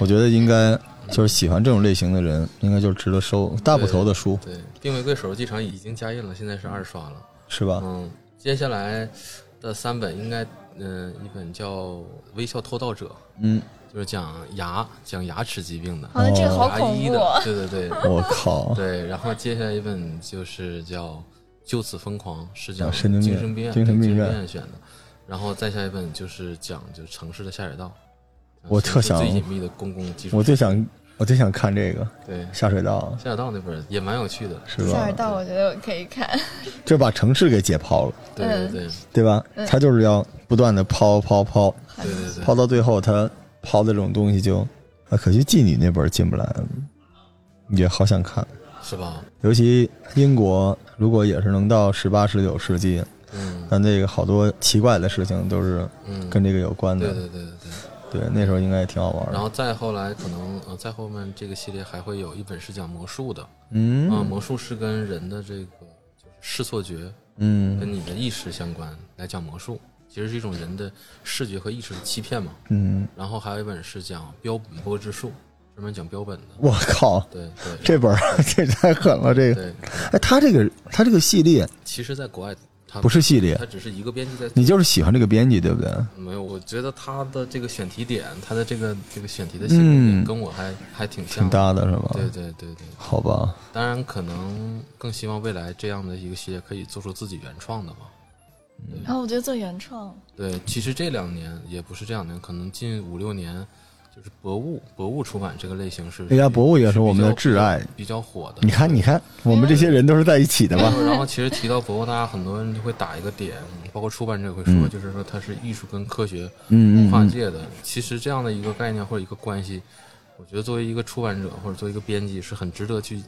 S1: 我觉得应该就是喜欢这种类型的人，应该就是值得收大部头的书，
S2: 对，冰玫瑰手术机场已经加印了，现在是二刷了。
S1: 是吧？
S2: 嗯，接下来的三本应该，嗯、一本叫《微笑偷盗者》，
S1: 嗯，
S2: 就是讲牙讲牙齿疾病的，
S3: 好像这个好
S2: 牙
S3: 恐
S2: 医
S3: 怖，啊
S2: 的，对对对
S1: 我靠，
S2: 对。然后接下来一本就是叫《就此疯狂》，是讲
S1: 啊神经病
S2: 精神病
S1: 精神病
S2: 对
S1: 院
S2: 病选的。然后再下一本就是讲就城市的下水道，
S1: 我特想
S2: 最隐秘的公共基础，
S1: 我就想我就想看这个
S2: 对
S1: 下水道，
S2: 下水道那本也蛮有趣的，
S1: 是
S3: 下
S1: 吧
S3: 水？道我觉得我可以看，
S1: 就是把城市给解剖了，
S2: 对对对。
S1: 对吧？他就是要不不断的抛抛抛，
S3: 很
S2: 对对对，
S1: 抛到最后他抛的这种东西就，啊，可惜妓女那本进不来，也好想看。
S2: 是吧？
S1: 尤其英国，如果也是能到十八、十九世纪，
S2: 嗯
S1: 那那个好多奇怪的事情都是
S2: 嗯，
S1: 跟这个有关
S2: 对
S1: 的。
S2: 对对对对。
S1: 对，那时候应该也挺好玩
S2: 然
S1: 的。
S2: 后再后来，可能呃，再后面这个系列还会有一本是讲魔术的，
S1: 嗯
S2: 啊、魔术是跟人的这个就是视错觉
S1: 嗯
S2: 跟你的意识相关来讲魔术，其实是一种人的视觉和意识的欺骗嘛。
S1: 嗯，
S2: 然后还有一本是讲标本播之术，专门讲标本的，
S1: 我靠，
S2: 对对
S1: 这本儿 这太狠了，这个。
S2: 对。
S1: 哎，他这个他这个系列
S2: 其实，在国外它
S1: 不是系列
S2: 它，只是一个编辑在。
S1: 你就是喜欢这个编辑，对不对？
S2: 没有，我觉得他的这个选题点，他的这个这个选题的性
S1: 嗯
S2: 格点跟我还、还挺像
S1: 挺
S2: 的。
S1: 搭的是吧？
S2: 对对对对，
S1: 好吧，
S2: 当然可能更希望未来这样的一个系列可以做出自己原创的嘛。
S3: 然后我觉得做原创，
S2: 对，其实这两年也不是这两年，可能近五六年，就是博物博物出版这个类型是
S1: 那家博物也是我们的
S2: 比较
S1: 挚爱
S2: 比较火的。
S1: 你看，你看，我们这些人都是在一起的
S2: 然
S1: 吧？
S2: 后，然后其实提到博物，大家很多人就会打一个点，包括出版者也会说，就是说它是艺术跟科学
S1: 嗯嗯
S2: 跨
S1: 嗯，
S2: 界的。其实这样的一个概念或者一个关系，我觉得作为一个出版者或者作为一个编辑，是很值得去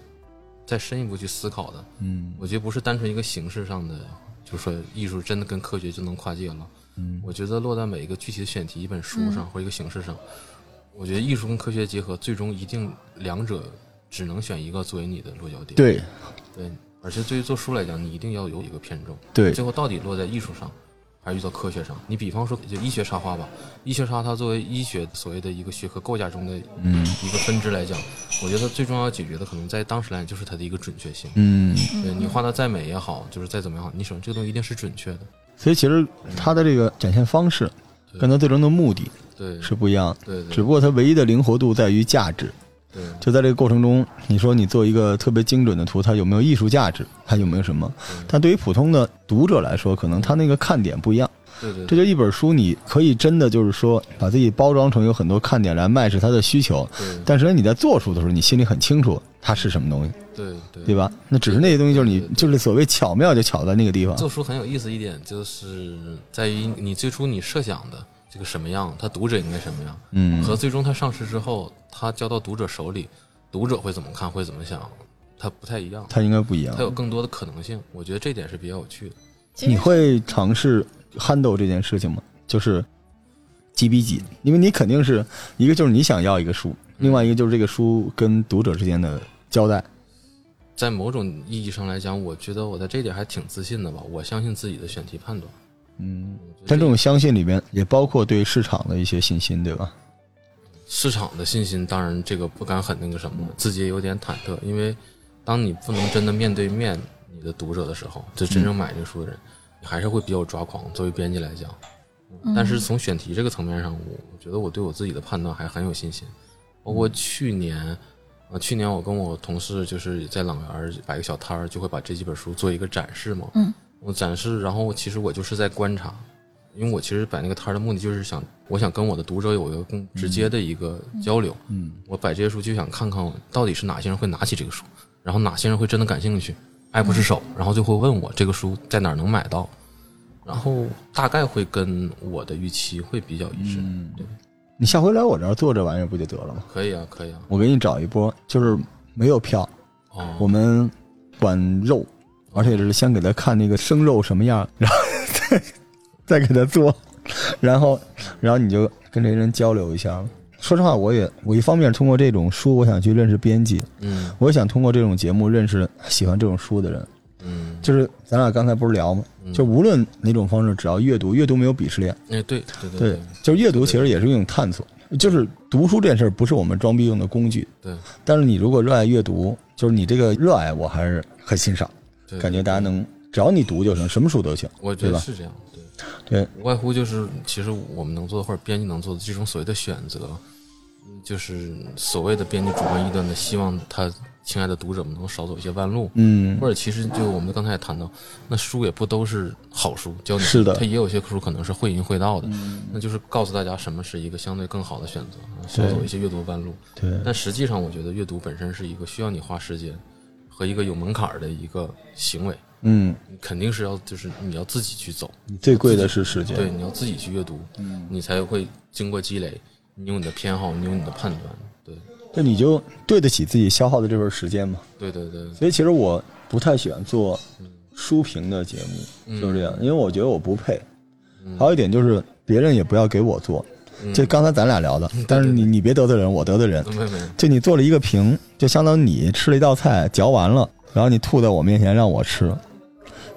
S2: 再深一步去思考的。
S1: 嗯，
S2: 我觉得不是单纯一个形式上的，就是说艺术真的跟科学就能跨界了。
S1: 嗯，
S2: 我觉得落在每一个具体的选题、一本书上或一个形式上，我觉得艺术跟科学结合，最终一定两者只能选一个作为你的落脚点。
S1: 对
S2: 对，而且对于做书来讲，你一定要有一个偏重。
S1: 对
S2: 最后到底落在艺术上，还是遇到科学上？你比方说，就医学插花吧，医学插它作为医学所谓的一个学科构架中的
S1: 嗯
S2: 一个分支来讲，我觉得最重要解决的可能在当时来讲就是它的一个准确性。
S1: 嗯，
S2: 对你画的再美也好，就是再怎么样好，你首先这个东西一定是准确的。
S1: 所以其实他的这个展现方式
S2: 对
S1: 跟他最终的目的
S2: 对，
S1: 是不一样的，
S2: 对对
S1: 只不过它唯一的灵活度在于价值。
S2: 对
S1: 就在这个过程中，你说你做一个特别精准的图，它有没有艺术价值？它有没有什么？
S2: 嗯
S1: 但对于普通的读者来说，可能他那个看点不一样。
S2: 对对
S1: 这
S2: 对
S1: 就一本书，你可以真的就是说，把自己包装成有很多看点来卖是它的需求，
S2: 对
S1: 但是你在做出的时候，你心里很清楚它是什么东西，
S2: 对对
S1: 对吧？那只是那些东西，就是你就是所谓巧妙就巧在那个地方。
S2: 做书很有意思一点，就是在于你最初你设想的这个什么样，它读者应该什么样，
S1: 嗯
S2: 和最终它上市之后，它交到读者手里，读者会怎么看，会怎么想，它不太一样，
S1: 它应该不一样
S2: 它。有更多的可能性。我觉得这点是比较有趣的。
S3: 其
S1: 你
S3: 实
S1: 会尝试 handle 这件事情吗？就是几比几？因为你肯定是一个就是你想要一个书，另外一个就是这个书跟读者之间的交代。
S2: 在某种意义上来讲，我觉得我在这点还挺自信的吧，我相信自己的选题判断。
S1: 嗯，
S2: 我觉得
S1: 但这种相信里边也包括对市场的一些信心，对吧？
S2: 市场的信心，当然这个不敢很那个什么，自己也有点忐忑，因为当你不能真的面对面你的读者的时候，就真正买这个书的人，你还是会比较抓狂。作为编辑来讲，
S3: 嗯
S2: 但是从选题这个层面上，我我觉得我对我自己的判断还很有信心。包括去年，呃，去年我跟我同事就是在朗园儿摆个小摊儿，就会把这几本书做一个展示嘛。
S3: 嗯，
S2: 我展示，然后其实我就是在观察，因为我其实摆那个摊儿的目的就是想，我想跟我的读者有一个更直接的一个交流。
S1: 嗯，
S2: 我摆这些书就想看看到底是哪些人会拿起这个书，然后哪些人会真的感兴趣，爱不释手，然后就会问我这个书在哪儿能买到，然后大概会跟我的预期会比较一致。
S1: 嗯
S2: 对，
S1: 你下回来我这儿做这玩意儿不就得了吗？
S2: 可以啊，可以啊。
S1: 我给你找一波，就是没有票，
S2: 哦，
S1: 我们管肉，而且是先给他看那个生肉什么样，然后再 再给他做，然后然后你就跟这些人交流一下。说实话，我也我一方面通过这种书，我想去认识编辑，
S2: 嗯
S1: 我也想通过这种节目认识喜欢这种书的人。
S2: 嗯，
S1: 就是咱俩刚才不是聊吗？就无论哪种方式，只要阅读，阅读没有鄙视链。
S2: 哎，对对对
S1: 对，就是阅读其实也是一种探索，就是读书这件事儿不是我们装逼用的工具，
S2: 对
S1: 但是你如果热爱阅读，就是你这个热爱，我还是很欣赏。
S2: 对，
S1: 感觉大家能，只要你读就行，什么书都行。
S2: 我觉
S1: 对吧
S2: 得是这样，对，
S1: 对，
S2: 无外乎就是其实我们能做的或者编辑能做的这种所谓的选择，嗯就是所谓的编辑主观臆断的，希望他亲爱的读者们能少走一些弯路。
S1: 嗯
S2: 或者其实就我们刚才也谈到，那书也不都是好书，教你
S1: 是的嗯
S2: 它也有些书可能是会淫会道的，那就是告诉大家什么是一个相对更好的选择，少走一些阅读弯路。
S1: 对
S2: 但实际上，我觉得阅读本身是一个需要你花时间和一个有门槛儿的一个行为。
S1: 嗯，
S2: 肯定是要就是你要自己去走，
S1: 最贵的是时间，嗯
S2: 对，你要自己去阅读，你才会经过积累，你有你的偏好，你有你的判断，对，
S1: 那你就对得起自己消耗的这份时间嘛。
S2: 对对对，
S1: 所以其实我不太喜欢做书评的节
S2: 嗯
S1: 目，就是这样，因为我觉得我不配。还有一点就是，别人也不要给我做。就刚才咱俩聊的，但是你你别得罪人，我得罪人。
S2: 嗯没有没有，
S1: 就你做了一个评，就相当于你吃了一道菜，嚼完了，然后你吐在我面前让我吃，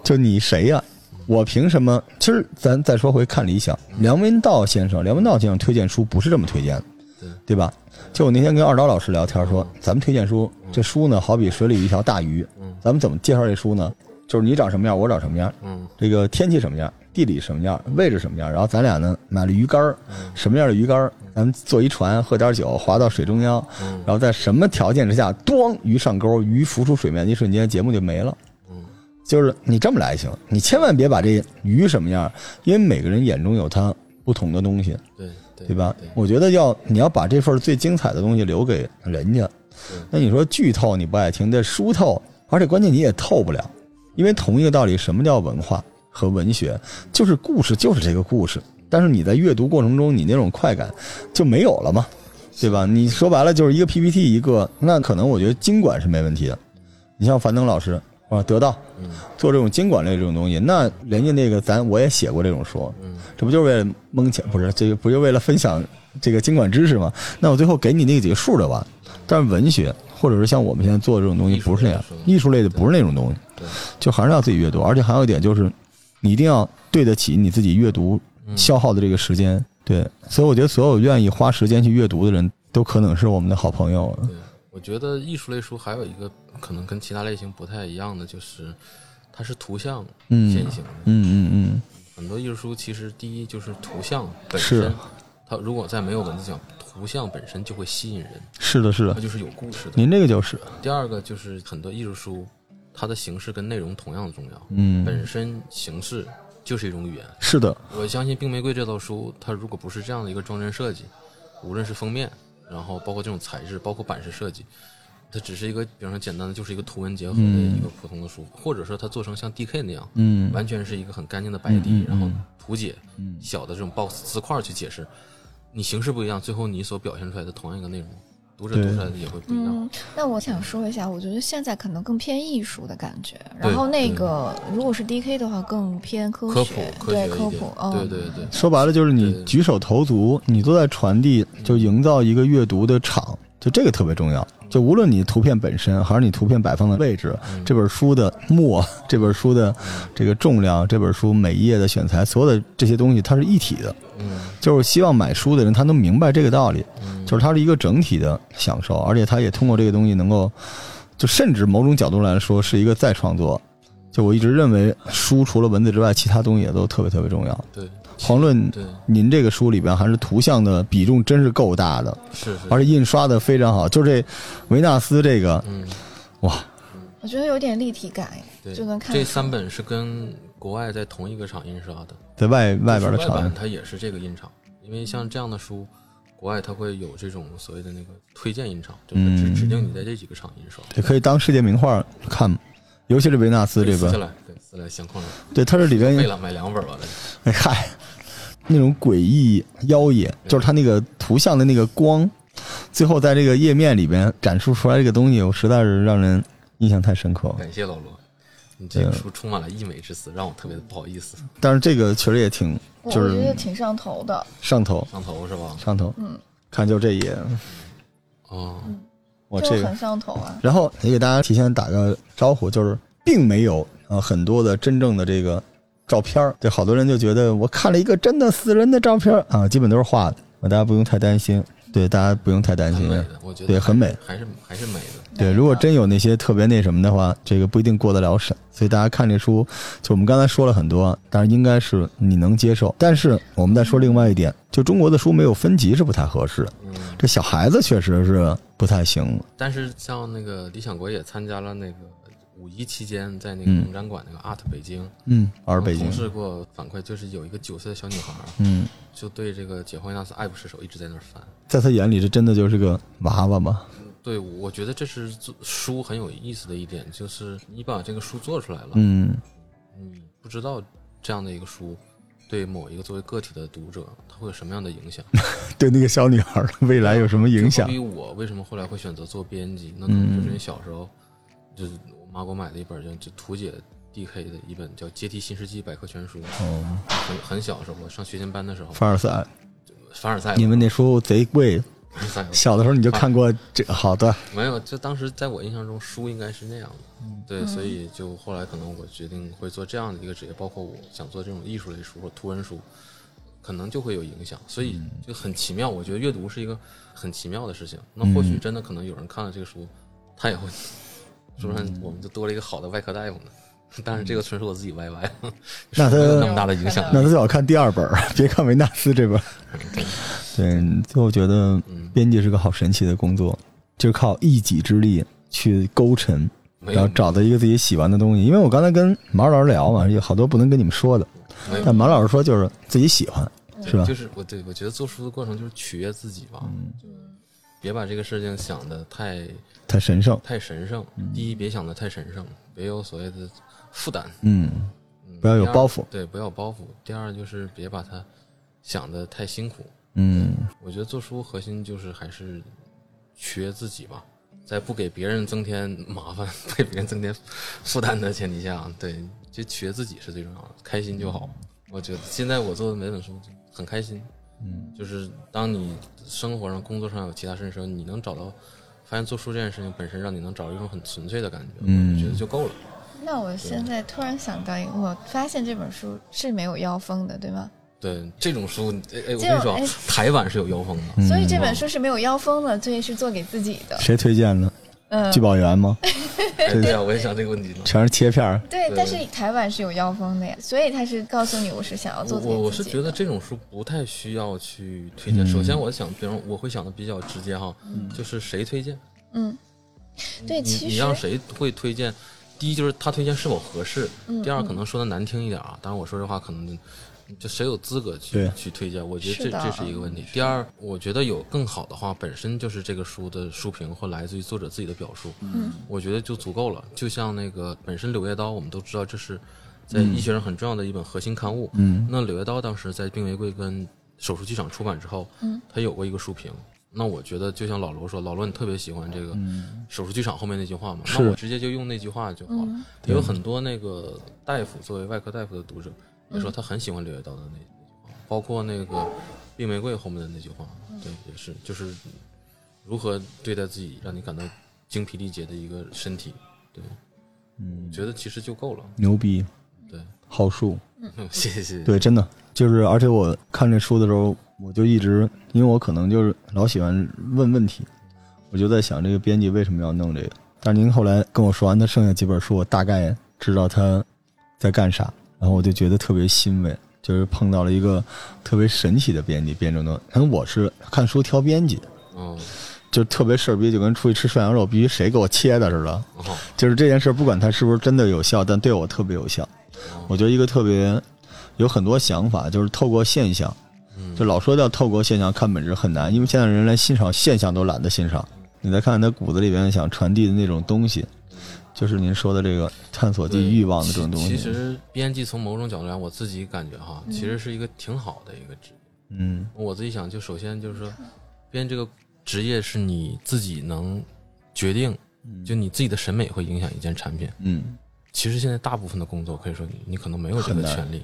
S1: 就你谁呀、我凭什么？其实咱再说回看理想，梁文道先生，梁文道先生推荐书不是这么推荐的，
S2: 对
S1: 对吧？就我那天跟二刀老师聊天说，咱们推荐书，这书呢好比水里一条大鱼，咱们怎么介绍这书呢？就是你长什么样，我长什么样，
S2: 嗯
S1: 这个天气什么样，地理什么样，位置什么样，然后咱俩呢买了鱼竿儿，什么样的鱼竿儿，咱们坐一船，喝点酒，划到水中央，然后在什么条件之下，咣，鱼上钩，鱼浮出水面的一瞬间，节目就没了。就是你这么来行，你千万别把这鱼什么样，因为每个人眼中有他不同的东西，
S2: 对对
S1: 对吧？我觉得要你要把这份最精彩的东西留给人家。那你说剧透你不爱听，这书透，而且关键你也透不了，因为同一个道理，什么叫文化和文学？就是故事就是这个故事，但是你在阅读过程中，你那种快感就没有了嘛，对吧？你说白了就是一个 PPT 一个，那可能我觉得经管是没问题的。你像樊登老师啊，得到做这种经管类这种东西，那人家那个咱我也写过这种书，这不就是为了蒙钱？不是这个，不就为了分享这个经管知识吗？那我最后给你那几个数就完。但是文学或者是像我们现在做的这种东西，不是那样，艺术类的不是那种东西，就还是要自己阅读。而且还有一点就是，你一定要对得起你自己阅读消耗的这个时间。对，所以我觉得所有愿意花时间去阅读的人都可能是我们的好朋友。
S2: 对，我觉得艺术类书还有一个可能跟其他类型不太一样的，就是它是图像
S1: 嗯
S2: 现行的。
S1: 嗯嗯
S2: 很多艺术书其实第一就是图像本
S1: 是
S2: 身，它如果再没有文字讲，图像本身就会吸引人，
S1: 嗯，是嗯的，是
S2: 它
S1: 的，
S2: 就是有故事的。
S1: 您这个就是，
S2: 第二个就是很多艺术书，它的形式跟内容同样重要，
S1: 嗯，
S2: 本身形式就是一种语言。
S1: 是的，
S2: 我相信《冰玫瑰》这套书，它如果不是这样的一个装帧设计，无论是封面，然后包括这种材质，包括版式设计，它只是一个，比方说简单的就是一个图文结合的一个普通的书，或者说它做成像 DK 那样，
S1: 嗯
S2: 完全是一个很干净的白底，然后图解、
S1: 嗯
S2: 小的这种 box 字块去解释，你形式不一样，最后你所表现出来的同样一个内容，读者读
S1: 对
S2: 出来的也会不一样。
S3: 嗯，那我想说一下，我觉得现在可能更偏艺术的感觉，
S2: 对
S3: 然后那个如果是 D K 的话，更偏科
S2: 科
S3: 学，
S2: 普科学
S3: 对
S2: 一
S3: 科
S2: 点，
S3: 普，嗯，
S2: 对对对，
S1: 说白了就是你
S2: 对
S1: 举手投足，你都在传递，就营造一个阅读的场，就这个特别重要。就无论你图片本身，还是你图片摆放的位置，
S2: 嗯
S1: 这本书的墨，这本书的这个重量，这本书每一页的选材，所有的这些东西它是一体的。
S2: 嗯
S1: 就是希望买书的人他能明白这个道理，就是它是一个整体的享受，而且他也通过这个东西能够，就甚至某种角度来说是一个再创作。就我一直认为，书除了文字之外，其他东西也都特别特别重要。
S2: 对
S1: 遑论
S2: 对，
S1: 您这个书里边还是图像的比重真是够大的，
S2: 是是，
S1: 而且印刷的非常好。就这维纳斯这个，
S2: 嗯。
S1: 哇，
S3: 我觉得有点立体感，
S2: 对，
S3: 就能看
S2: 这
S3: 出
S2: 三本是跟国外在同一个厂印刷的，
S1: 在外外边的
S2: 就是
S1: 厂
S2: 版
S1: 商，
S2: 它也是这个印厂，因为像这样的书，国外它会有这种所谓的那个推荐印厂，就是
S1: 嗯
S2: 指指定你在这几个厂印刷，
S1: 也可以当世界名画看，尤其是维纳斯这
S2: 撕下
S1: 本，
S2: 来，对，撕下来相框上，
S1: 对，它这里边
S2: 为了买两本吧，
S1: 哎 嗨，那种诡异妖冶，就是它那个图像的那个光，最后在这个页面里边展示出来这个东西，我实在是让人印象太深刻了。
S2: 感谢老罗。你这
S1: 嗯
S2: 个书充满了溢美之词，让我特别的不好意思。
S1: 但是这个确实也挺，
S3: 我
S1: 就
S3: 我觉
S1: 是
S3: 得挺上头的。
S1: 上头
S2: 上头是吧？
S1: 上头。
S3: 嗯，
S1: 看就这页，
S2: 哦，
S1: 我
S3: 就
S1: 这个
S3: 很上头啊，
S1: 然后也给大家提前打个招呼，就是并没有呃很多的真正的这个照片儿，对，好多人就觉得我看了一个真的死人的照片儿啊，基本都是画的，啊大家不用太担心，对，大家不用太担
S2: 很
S1: 心
S2: 美，的，我觉得
S1: 对，很美。
S2: 还是还是美的。
S1: 对，如果真有那些特别那什么的话，这个不一定过得了审。所以大家看这书，就我们刚才说了很多，但是应该是你能接受。但是我们再说另外一点，就中国的书没有分级是不太合适的。
S2: 嗯，
S1: 这小孩子确实是不太行。
S2: 但是像那个理想国也参加了那个五一期间在那个
S1: 嗯
S2: 农展馆那个 Art 北京，
S1: 嗯，而北京
S2: 同，事给我反馈，就是有一个九岁的小女孩儿，
S1: 嗯，
S2: 就对这个解放亚斯爱不释手，一直在那儿翻。
S1: 在他眼里，这真的就是个娃娃嘛。
S2: 对，我觉得这是做书很有意思的一点，就是你把这个书做出来了，
S1: 嗯
S2: 你不知道这样的一个书对某一个作为个体的读者，它会有什么样的影响？
S1: 对那个小女孩的未来有什么影响嗯
S2: 就好？比我为什么后来会选择做编辑，那可能就是因为小时候，就是我妈给我买的一本叫就图解 DK 的一本叫《阶梯新世纪百科全书》，
S1: 哦，
S2: 很很小时候，我上学前班的时候，
S1: 凡尔赛，
S2: 凡尔赛吧，
S1: 你们那书贼贵，
S2: 凡尔赛吧
S1: 小的时候你就看过这好的，
S2: 没有，就当时在我印象中，书应该是那样的，
S1: 嗯
S2: 对，所以就后来可能我决定会做这样的一个职业，包括我想做这种艺术类书或图文书，可能就会有影响，所
S1: 嗯
S2: 以就很奇妙。我觉得阅读是一个很奇妙的事情。那或
S1: 嗯
S2: 许真的可能有人看了这个书，他也会，说不定我们就多了一个好的外科大夫呢。 当然，这个纯属我自己歪歪，
S1: 那他
S2: 没有那么大的影响
S1: 那他最好看第二本儿， 别看维纳斯这本儿。对，最后觉得编辑是个好神奇的工作，就是靠一己之力去勾陈，
S2: 没
S1: 然后
S2: 有
S1: 找到一个自己喜欢的东西。因为我刚才跟毛老师聊嘛，有好多不能跟你们说的，
S2: 没有
S1: 但毛老师说就是自己喜欢，是吧？嗯
S2: 就是我对我觉得做书的过程就是取悦自己吧，就是别把这个事情想的太
S1: 太神圣，
S2: 太神圣。
S1: 嗯
S2: 第一，别想的太神圣，别有所谓的负担，
S1: 嗯，
S2: 嗯
S1: 不要有包袱
S2: 第二对，不要有包袱。第二就是别把它想的太辛苦。
S1: 嗯
S2: 我觉得做书核心就是还是取悦自己吧，在不给别人增添麻烦、 给别人增添负担的前提下，啊对，就取悦自己是最重要的，开心就好。我觉得现在我做的每本书就很开心，
S1: 嗯，
S2: 就是当你生活上、工作上有其他事的时候，你能找到，发现做书这件事情本身让你能找到一种很纯粹的感觉，
S1: 嗯
S2: 我觉得就够了。
S3: 那我现在突然想到一个，我发现这本书是没有妖风的，对吗？
S2: 对这种书，哎哎，我
S3: 这
S2: 跟你
S3: 种
S2: 说啊
S3: 哎，
S2: 台版是有妖风的，
S1: 嗯
S3: 所以这本书是没有妖风的，所以是做给自己的。
S1: 谁推荐的？
S3: 嗯
S1: 聚，宝源吗？
S2: 哎对啊，我也想这个问题了。
S1: 全是切片儿，
S3: 对，
S2: 对
S3: 但是台版是有妖风的呀，所以他是告诉你我是想要
S2: 我
S3: 做自己
S2: 我我是觉得
S3: 的
S2: 这种书不太需要去推荐。首先，我想，比方我会想的比较直接哈，就是谁推荐，
S3: 嗯，对，
S2: 你
S3: 哎其
S2: 你
S3: 实
S2: 让谁会推荐？第一就是他推荐是否合适，
S3: 嗯
S2: 第二可能说的难听一点啊，当然我说这话可能就就谁有资格去
S1: 对
S2: 去推荐，我觉得
S3: 是
S2: 这
S3: 的嗯
S2: 这是一个问题。第二，我觉得有更好的话，本身就是这个书的书评或来自于作者自己的表述，
S3: 嗯
S2: 我觉得就足够了。就像那个本身《柳叶刀》，我们都知道这是在医学上很重要的一本核心刊物，
S1: 嗯
S2: 那《柳叶刀》当时在病危柜跟手术剧场出版之后，
S3: 嗯，
S2: 它有过一个书评。那我觉得就像老罗说，老罗你特别喜欢这个手术剧场后面那句话嘛，
S1: 嗯是
S2: 那我直接就用那句话就好了。
S3: 嗯
S2: 也有很多那个大夫作为外科大夫的读者也
S3: 嗯
S2: 说他很喜欢《柳叶刀》的那那句话，包括那个《病玫瑰》后面的那句话，对，也是就是如何对待自己，让你感到精疲力竭的一个身体，对，
S1: 嗯，
S2: 觉得其实就够了，
S1: 牛逼，
S2: 对，
S1: 好书。
S2: 谢谢谢谢，
S1: 对，真的就是，而且我看这书的时候，我就一直，因为我可能就是老喜欢问问题，我就在想这个编辑为什么要弄这个。但是您后来跟我说完他剩下几本书，我大概知道他在干啥，然后我就觉得特别欣慰，就是碰到了一个特别神奇的编辑编程的。可能我是看书挑编辑，
S2: 嗯，
S1: 就特别事儿逼，就跟出去吃涮羊肉必须谁给我切的似的。
S2: 好。
S1: 就是这件事，不管它是不是真的有效，但对我特别有效。
S2: 哦
S1: 我觉得一个特别有很多想法，就是透过现象，
S2: 嗯
S1: 就老说叫透过现象看本质很难，因为现在人连欣赏现象都懒得欣赏。你再看看他骨子里边想传递的那种东西，就是您说的这个探索
S2: 对
S1: 地欲望的这种东西。
S2: 其其实编辑从某种角度来讲，我自己感觉哈，其实是一个挺好的一个职业。
S1: 嗯
S2: 我自己想，就首先就是说，编这个职业是你自己能决定，就你自己的审美会影响一件产品。
S1: 嗯，
S2: 其实现在大部分的工作，可以说你你可能没有这
S1: 很
S2: 个
S1: 难
S2: 权利，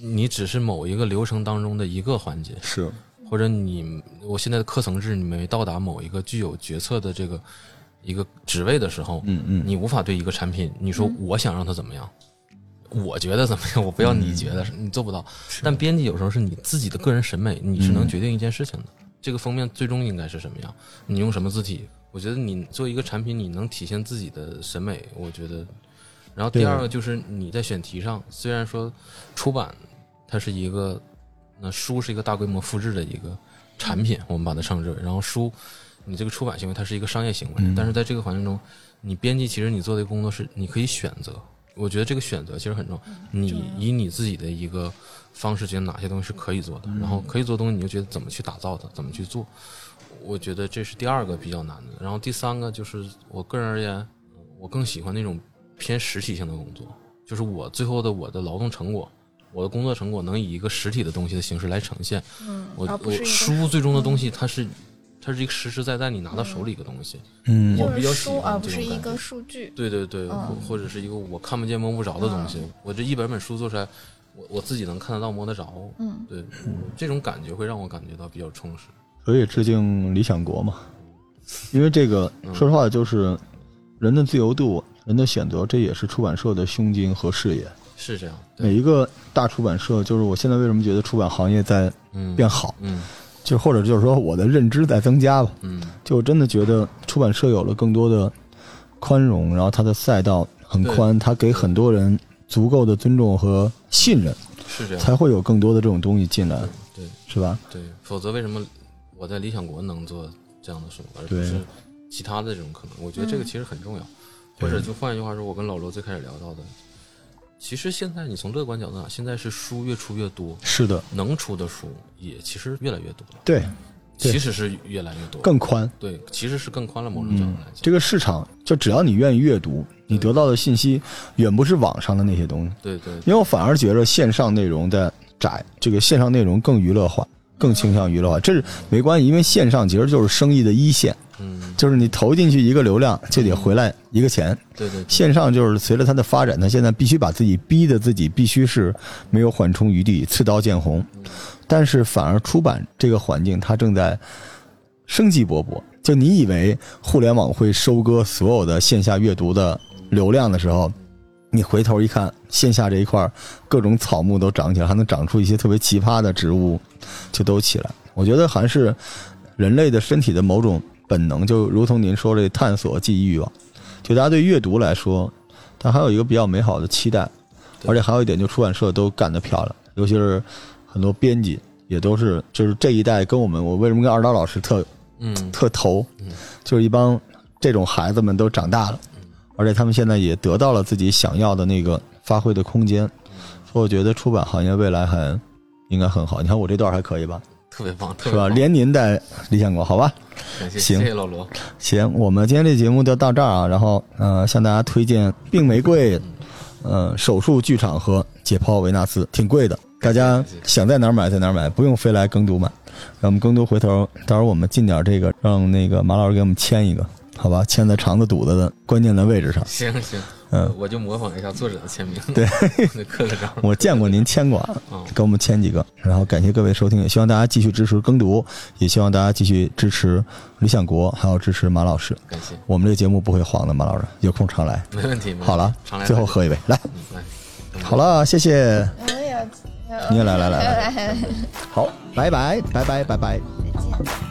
S2: 你只是某一个流程当中的一个环节。
S1: 是
S2: 或者你我现在的课层制你没到达某一个具有决策的这个一个职位的时候，
S1: 嗯嗯
S2: 你无法对一个产品，你说我想让它怎么样，我觉得怎么样，我 不要你觉得，你做不到。但编辑有时候是你自己的个人审美，你是能决定一件事情的，这个封面最终应该是什么样，你用什么字体。我觉得你做一个产品，你能体现自己的审美，我觉得。然后第二个就是你在选题上，虽然说出版它是一个那书是一个大规模复制的一个产品，我们把它称之为。然后书，你这个出版行为它是一个商业行为，但是在这个环境中，你编辑其实你做的工作是你可以选择。我觉得这个选择其实很重要，你以你自己的一个方式决定哪些东西是可以做的，然后可以做的东西你就觉得怎么去打造它，怎么去做。我觉得这是第二个比较难的。然后第三个就是我个人而言，我更喜欢那种偏实体性的工作，就是我最后的我的劳动成果，我的工作成果能以一个实体的东西的形式来呈现。
S3: 嗯，
S2: 我
S3: 而
S2: 我
S3: 不是一个嗯
S2: 书最终的东西，它是它是一个实实在在你拿到手里一个东西。
S1: 嗯
S2: 我
S3: 就
S2: 比较
S3: 是
S2: 喜
S3: 书，
S2: 欢
S3: 而
S2: 这
S3: 不是
S2: 种
S3: 一
S2: 感
S3: 个
S2: 觉
S3: 数据。
S2: 对对对，
S3: 嗯
S2: 或或者是一个我看不见摸不着的东西。我这一本本书做出来，我我自己能看得到摸得着。
S3: 嗯，
S2: 对，这种感觉会让我感觉到比较充实。
S1: 所以致敬理想国嘛，因为这个
S2: 嗯
S1: 说实话就是人的自由度、人的选择，这也是出版社的胸襟和视野。
S2: 是这样，
S1: 每
S2: 对，
S1: 一个大出版社，就是我现在为什么觉得出版行业在
S2: 嗯，
S1: 变好，
S2: 嗯
S1: 就或者就是说我的认知在增加吧。
S2: 嗯，
S1: 就我真的觉得出版社有了更多的宽容，然后它的赛道很宽，它给很多人足够的尊重和信任，
S2: 是这样。
S1: 才会有更多的这种东西进来，
S2: 对
S1: 是吧？
S2: 对，否则为什么我在理想国能做这样的书，而不
S1: 对
S2: 是其他的这种可能？我觉得这个其实很重要。或者就换一句话说，我跟老罗最开始聊到的，其实现在你从乐观角度讲，啊现在是书越出越多，
S1: 是的，
S2: 能出的书也其实越来越多了，
S1: 对，对
S2: 其实是越来越多，
S1: 更宽。
S2: 对，其实是更宽了某种角度来讲。
S1: 这个市场，就只要你愿意阅读，你得到的信息远不是网上的那些东西。
S2: 对对
S1: 因为我反而觉得线上内容在窄，这个线上内容更娱乐化，更倾向娱乐化，这是没关系，因为线上其实就是生意的一线，
S2: 嗯，
S1: 就是你投进去一个流量就得回来一个钱。
S2: 对对对，
S1: 线上就是随着它的发展，它现在必须把自己逼的自己必须是没有缓冲余地，刺刀见红。但是反而出版这个环境，它正在生机勃勃。就你以为互联网会收割所有的线下阅读的流量的时候，你回头一看，线下这一块儿各种草木都长起来，还能长出一些特别奇葩的植物，就都起来。我觉得还是人类的身体的某种本能，就如同您说的探索、记忆欲望。就大家对阅读来说，它还有一个比较美好的期待，
S2: 对
S1: 而且还有一点，就出版社都干得漂亮，尤其是很多编辑也都是，就是这一代跟我们，我为什么跟二刀老师特
S2: 嗯
S1: 特投
S2: 嗯，
S1: 就是一帮这种孩子们都长大了，而且他们现在也得到了自己想要的那个发挥的空间，
S2: 嗯
S1: 所以我觉得出版行业未来还应该很好。你看我这段还可以吧，
S2: 特别棒，特
S1: 是
S2: 别
S1: 吧？
S2: 棒，
S1: 连您带理想国，好吧？
S2: 感谢
S1: 行
S2: 谢谢老罗，
S1: 行，我们今天这节目就到这儿啊。然后，呃，向大家推荐《病玫瑰》、呃，手术剧场和《解剖维纳斯》，挺贵的，大家想在哪儿买在哪儿买，不用非来耕读买。让我们耕读回头，到时候我们进点这个，让那个马老师给我们签一个，好吧？签在肠子肚子的关键的位置上。
S2: 行行，
S1: 嗯
S2: 我就模仿一下作者的签名，
S1: 对，
S2: 刻个章，
S1: 我见过您签过啊，给我们签几个。然后感谢各位收听，也希望大家继续支持耕读，也希望大家继续支持理想国，还有支持马老师。
S2: 感谢，
S1: 我们这个节目不会黄的，马老师有空常来。
S2: 没问题，没问题
S1: 嗯好了
S2: 常，来，
S1: 最后，喝一杯，来，
S2: 嗯，来，
S1: 好了，谢谢，
S3: 我也 要，
S1: 你也来来来来
S3: 来，
S1: 好，拜拜，拜拜，拜拜。
S3: 再见。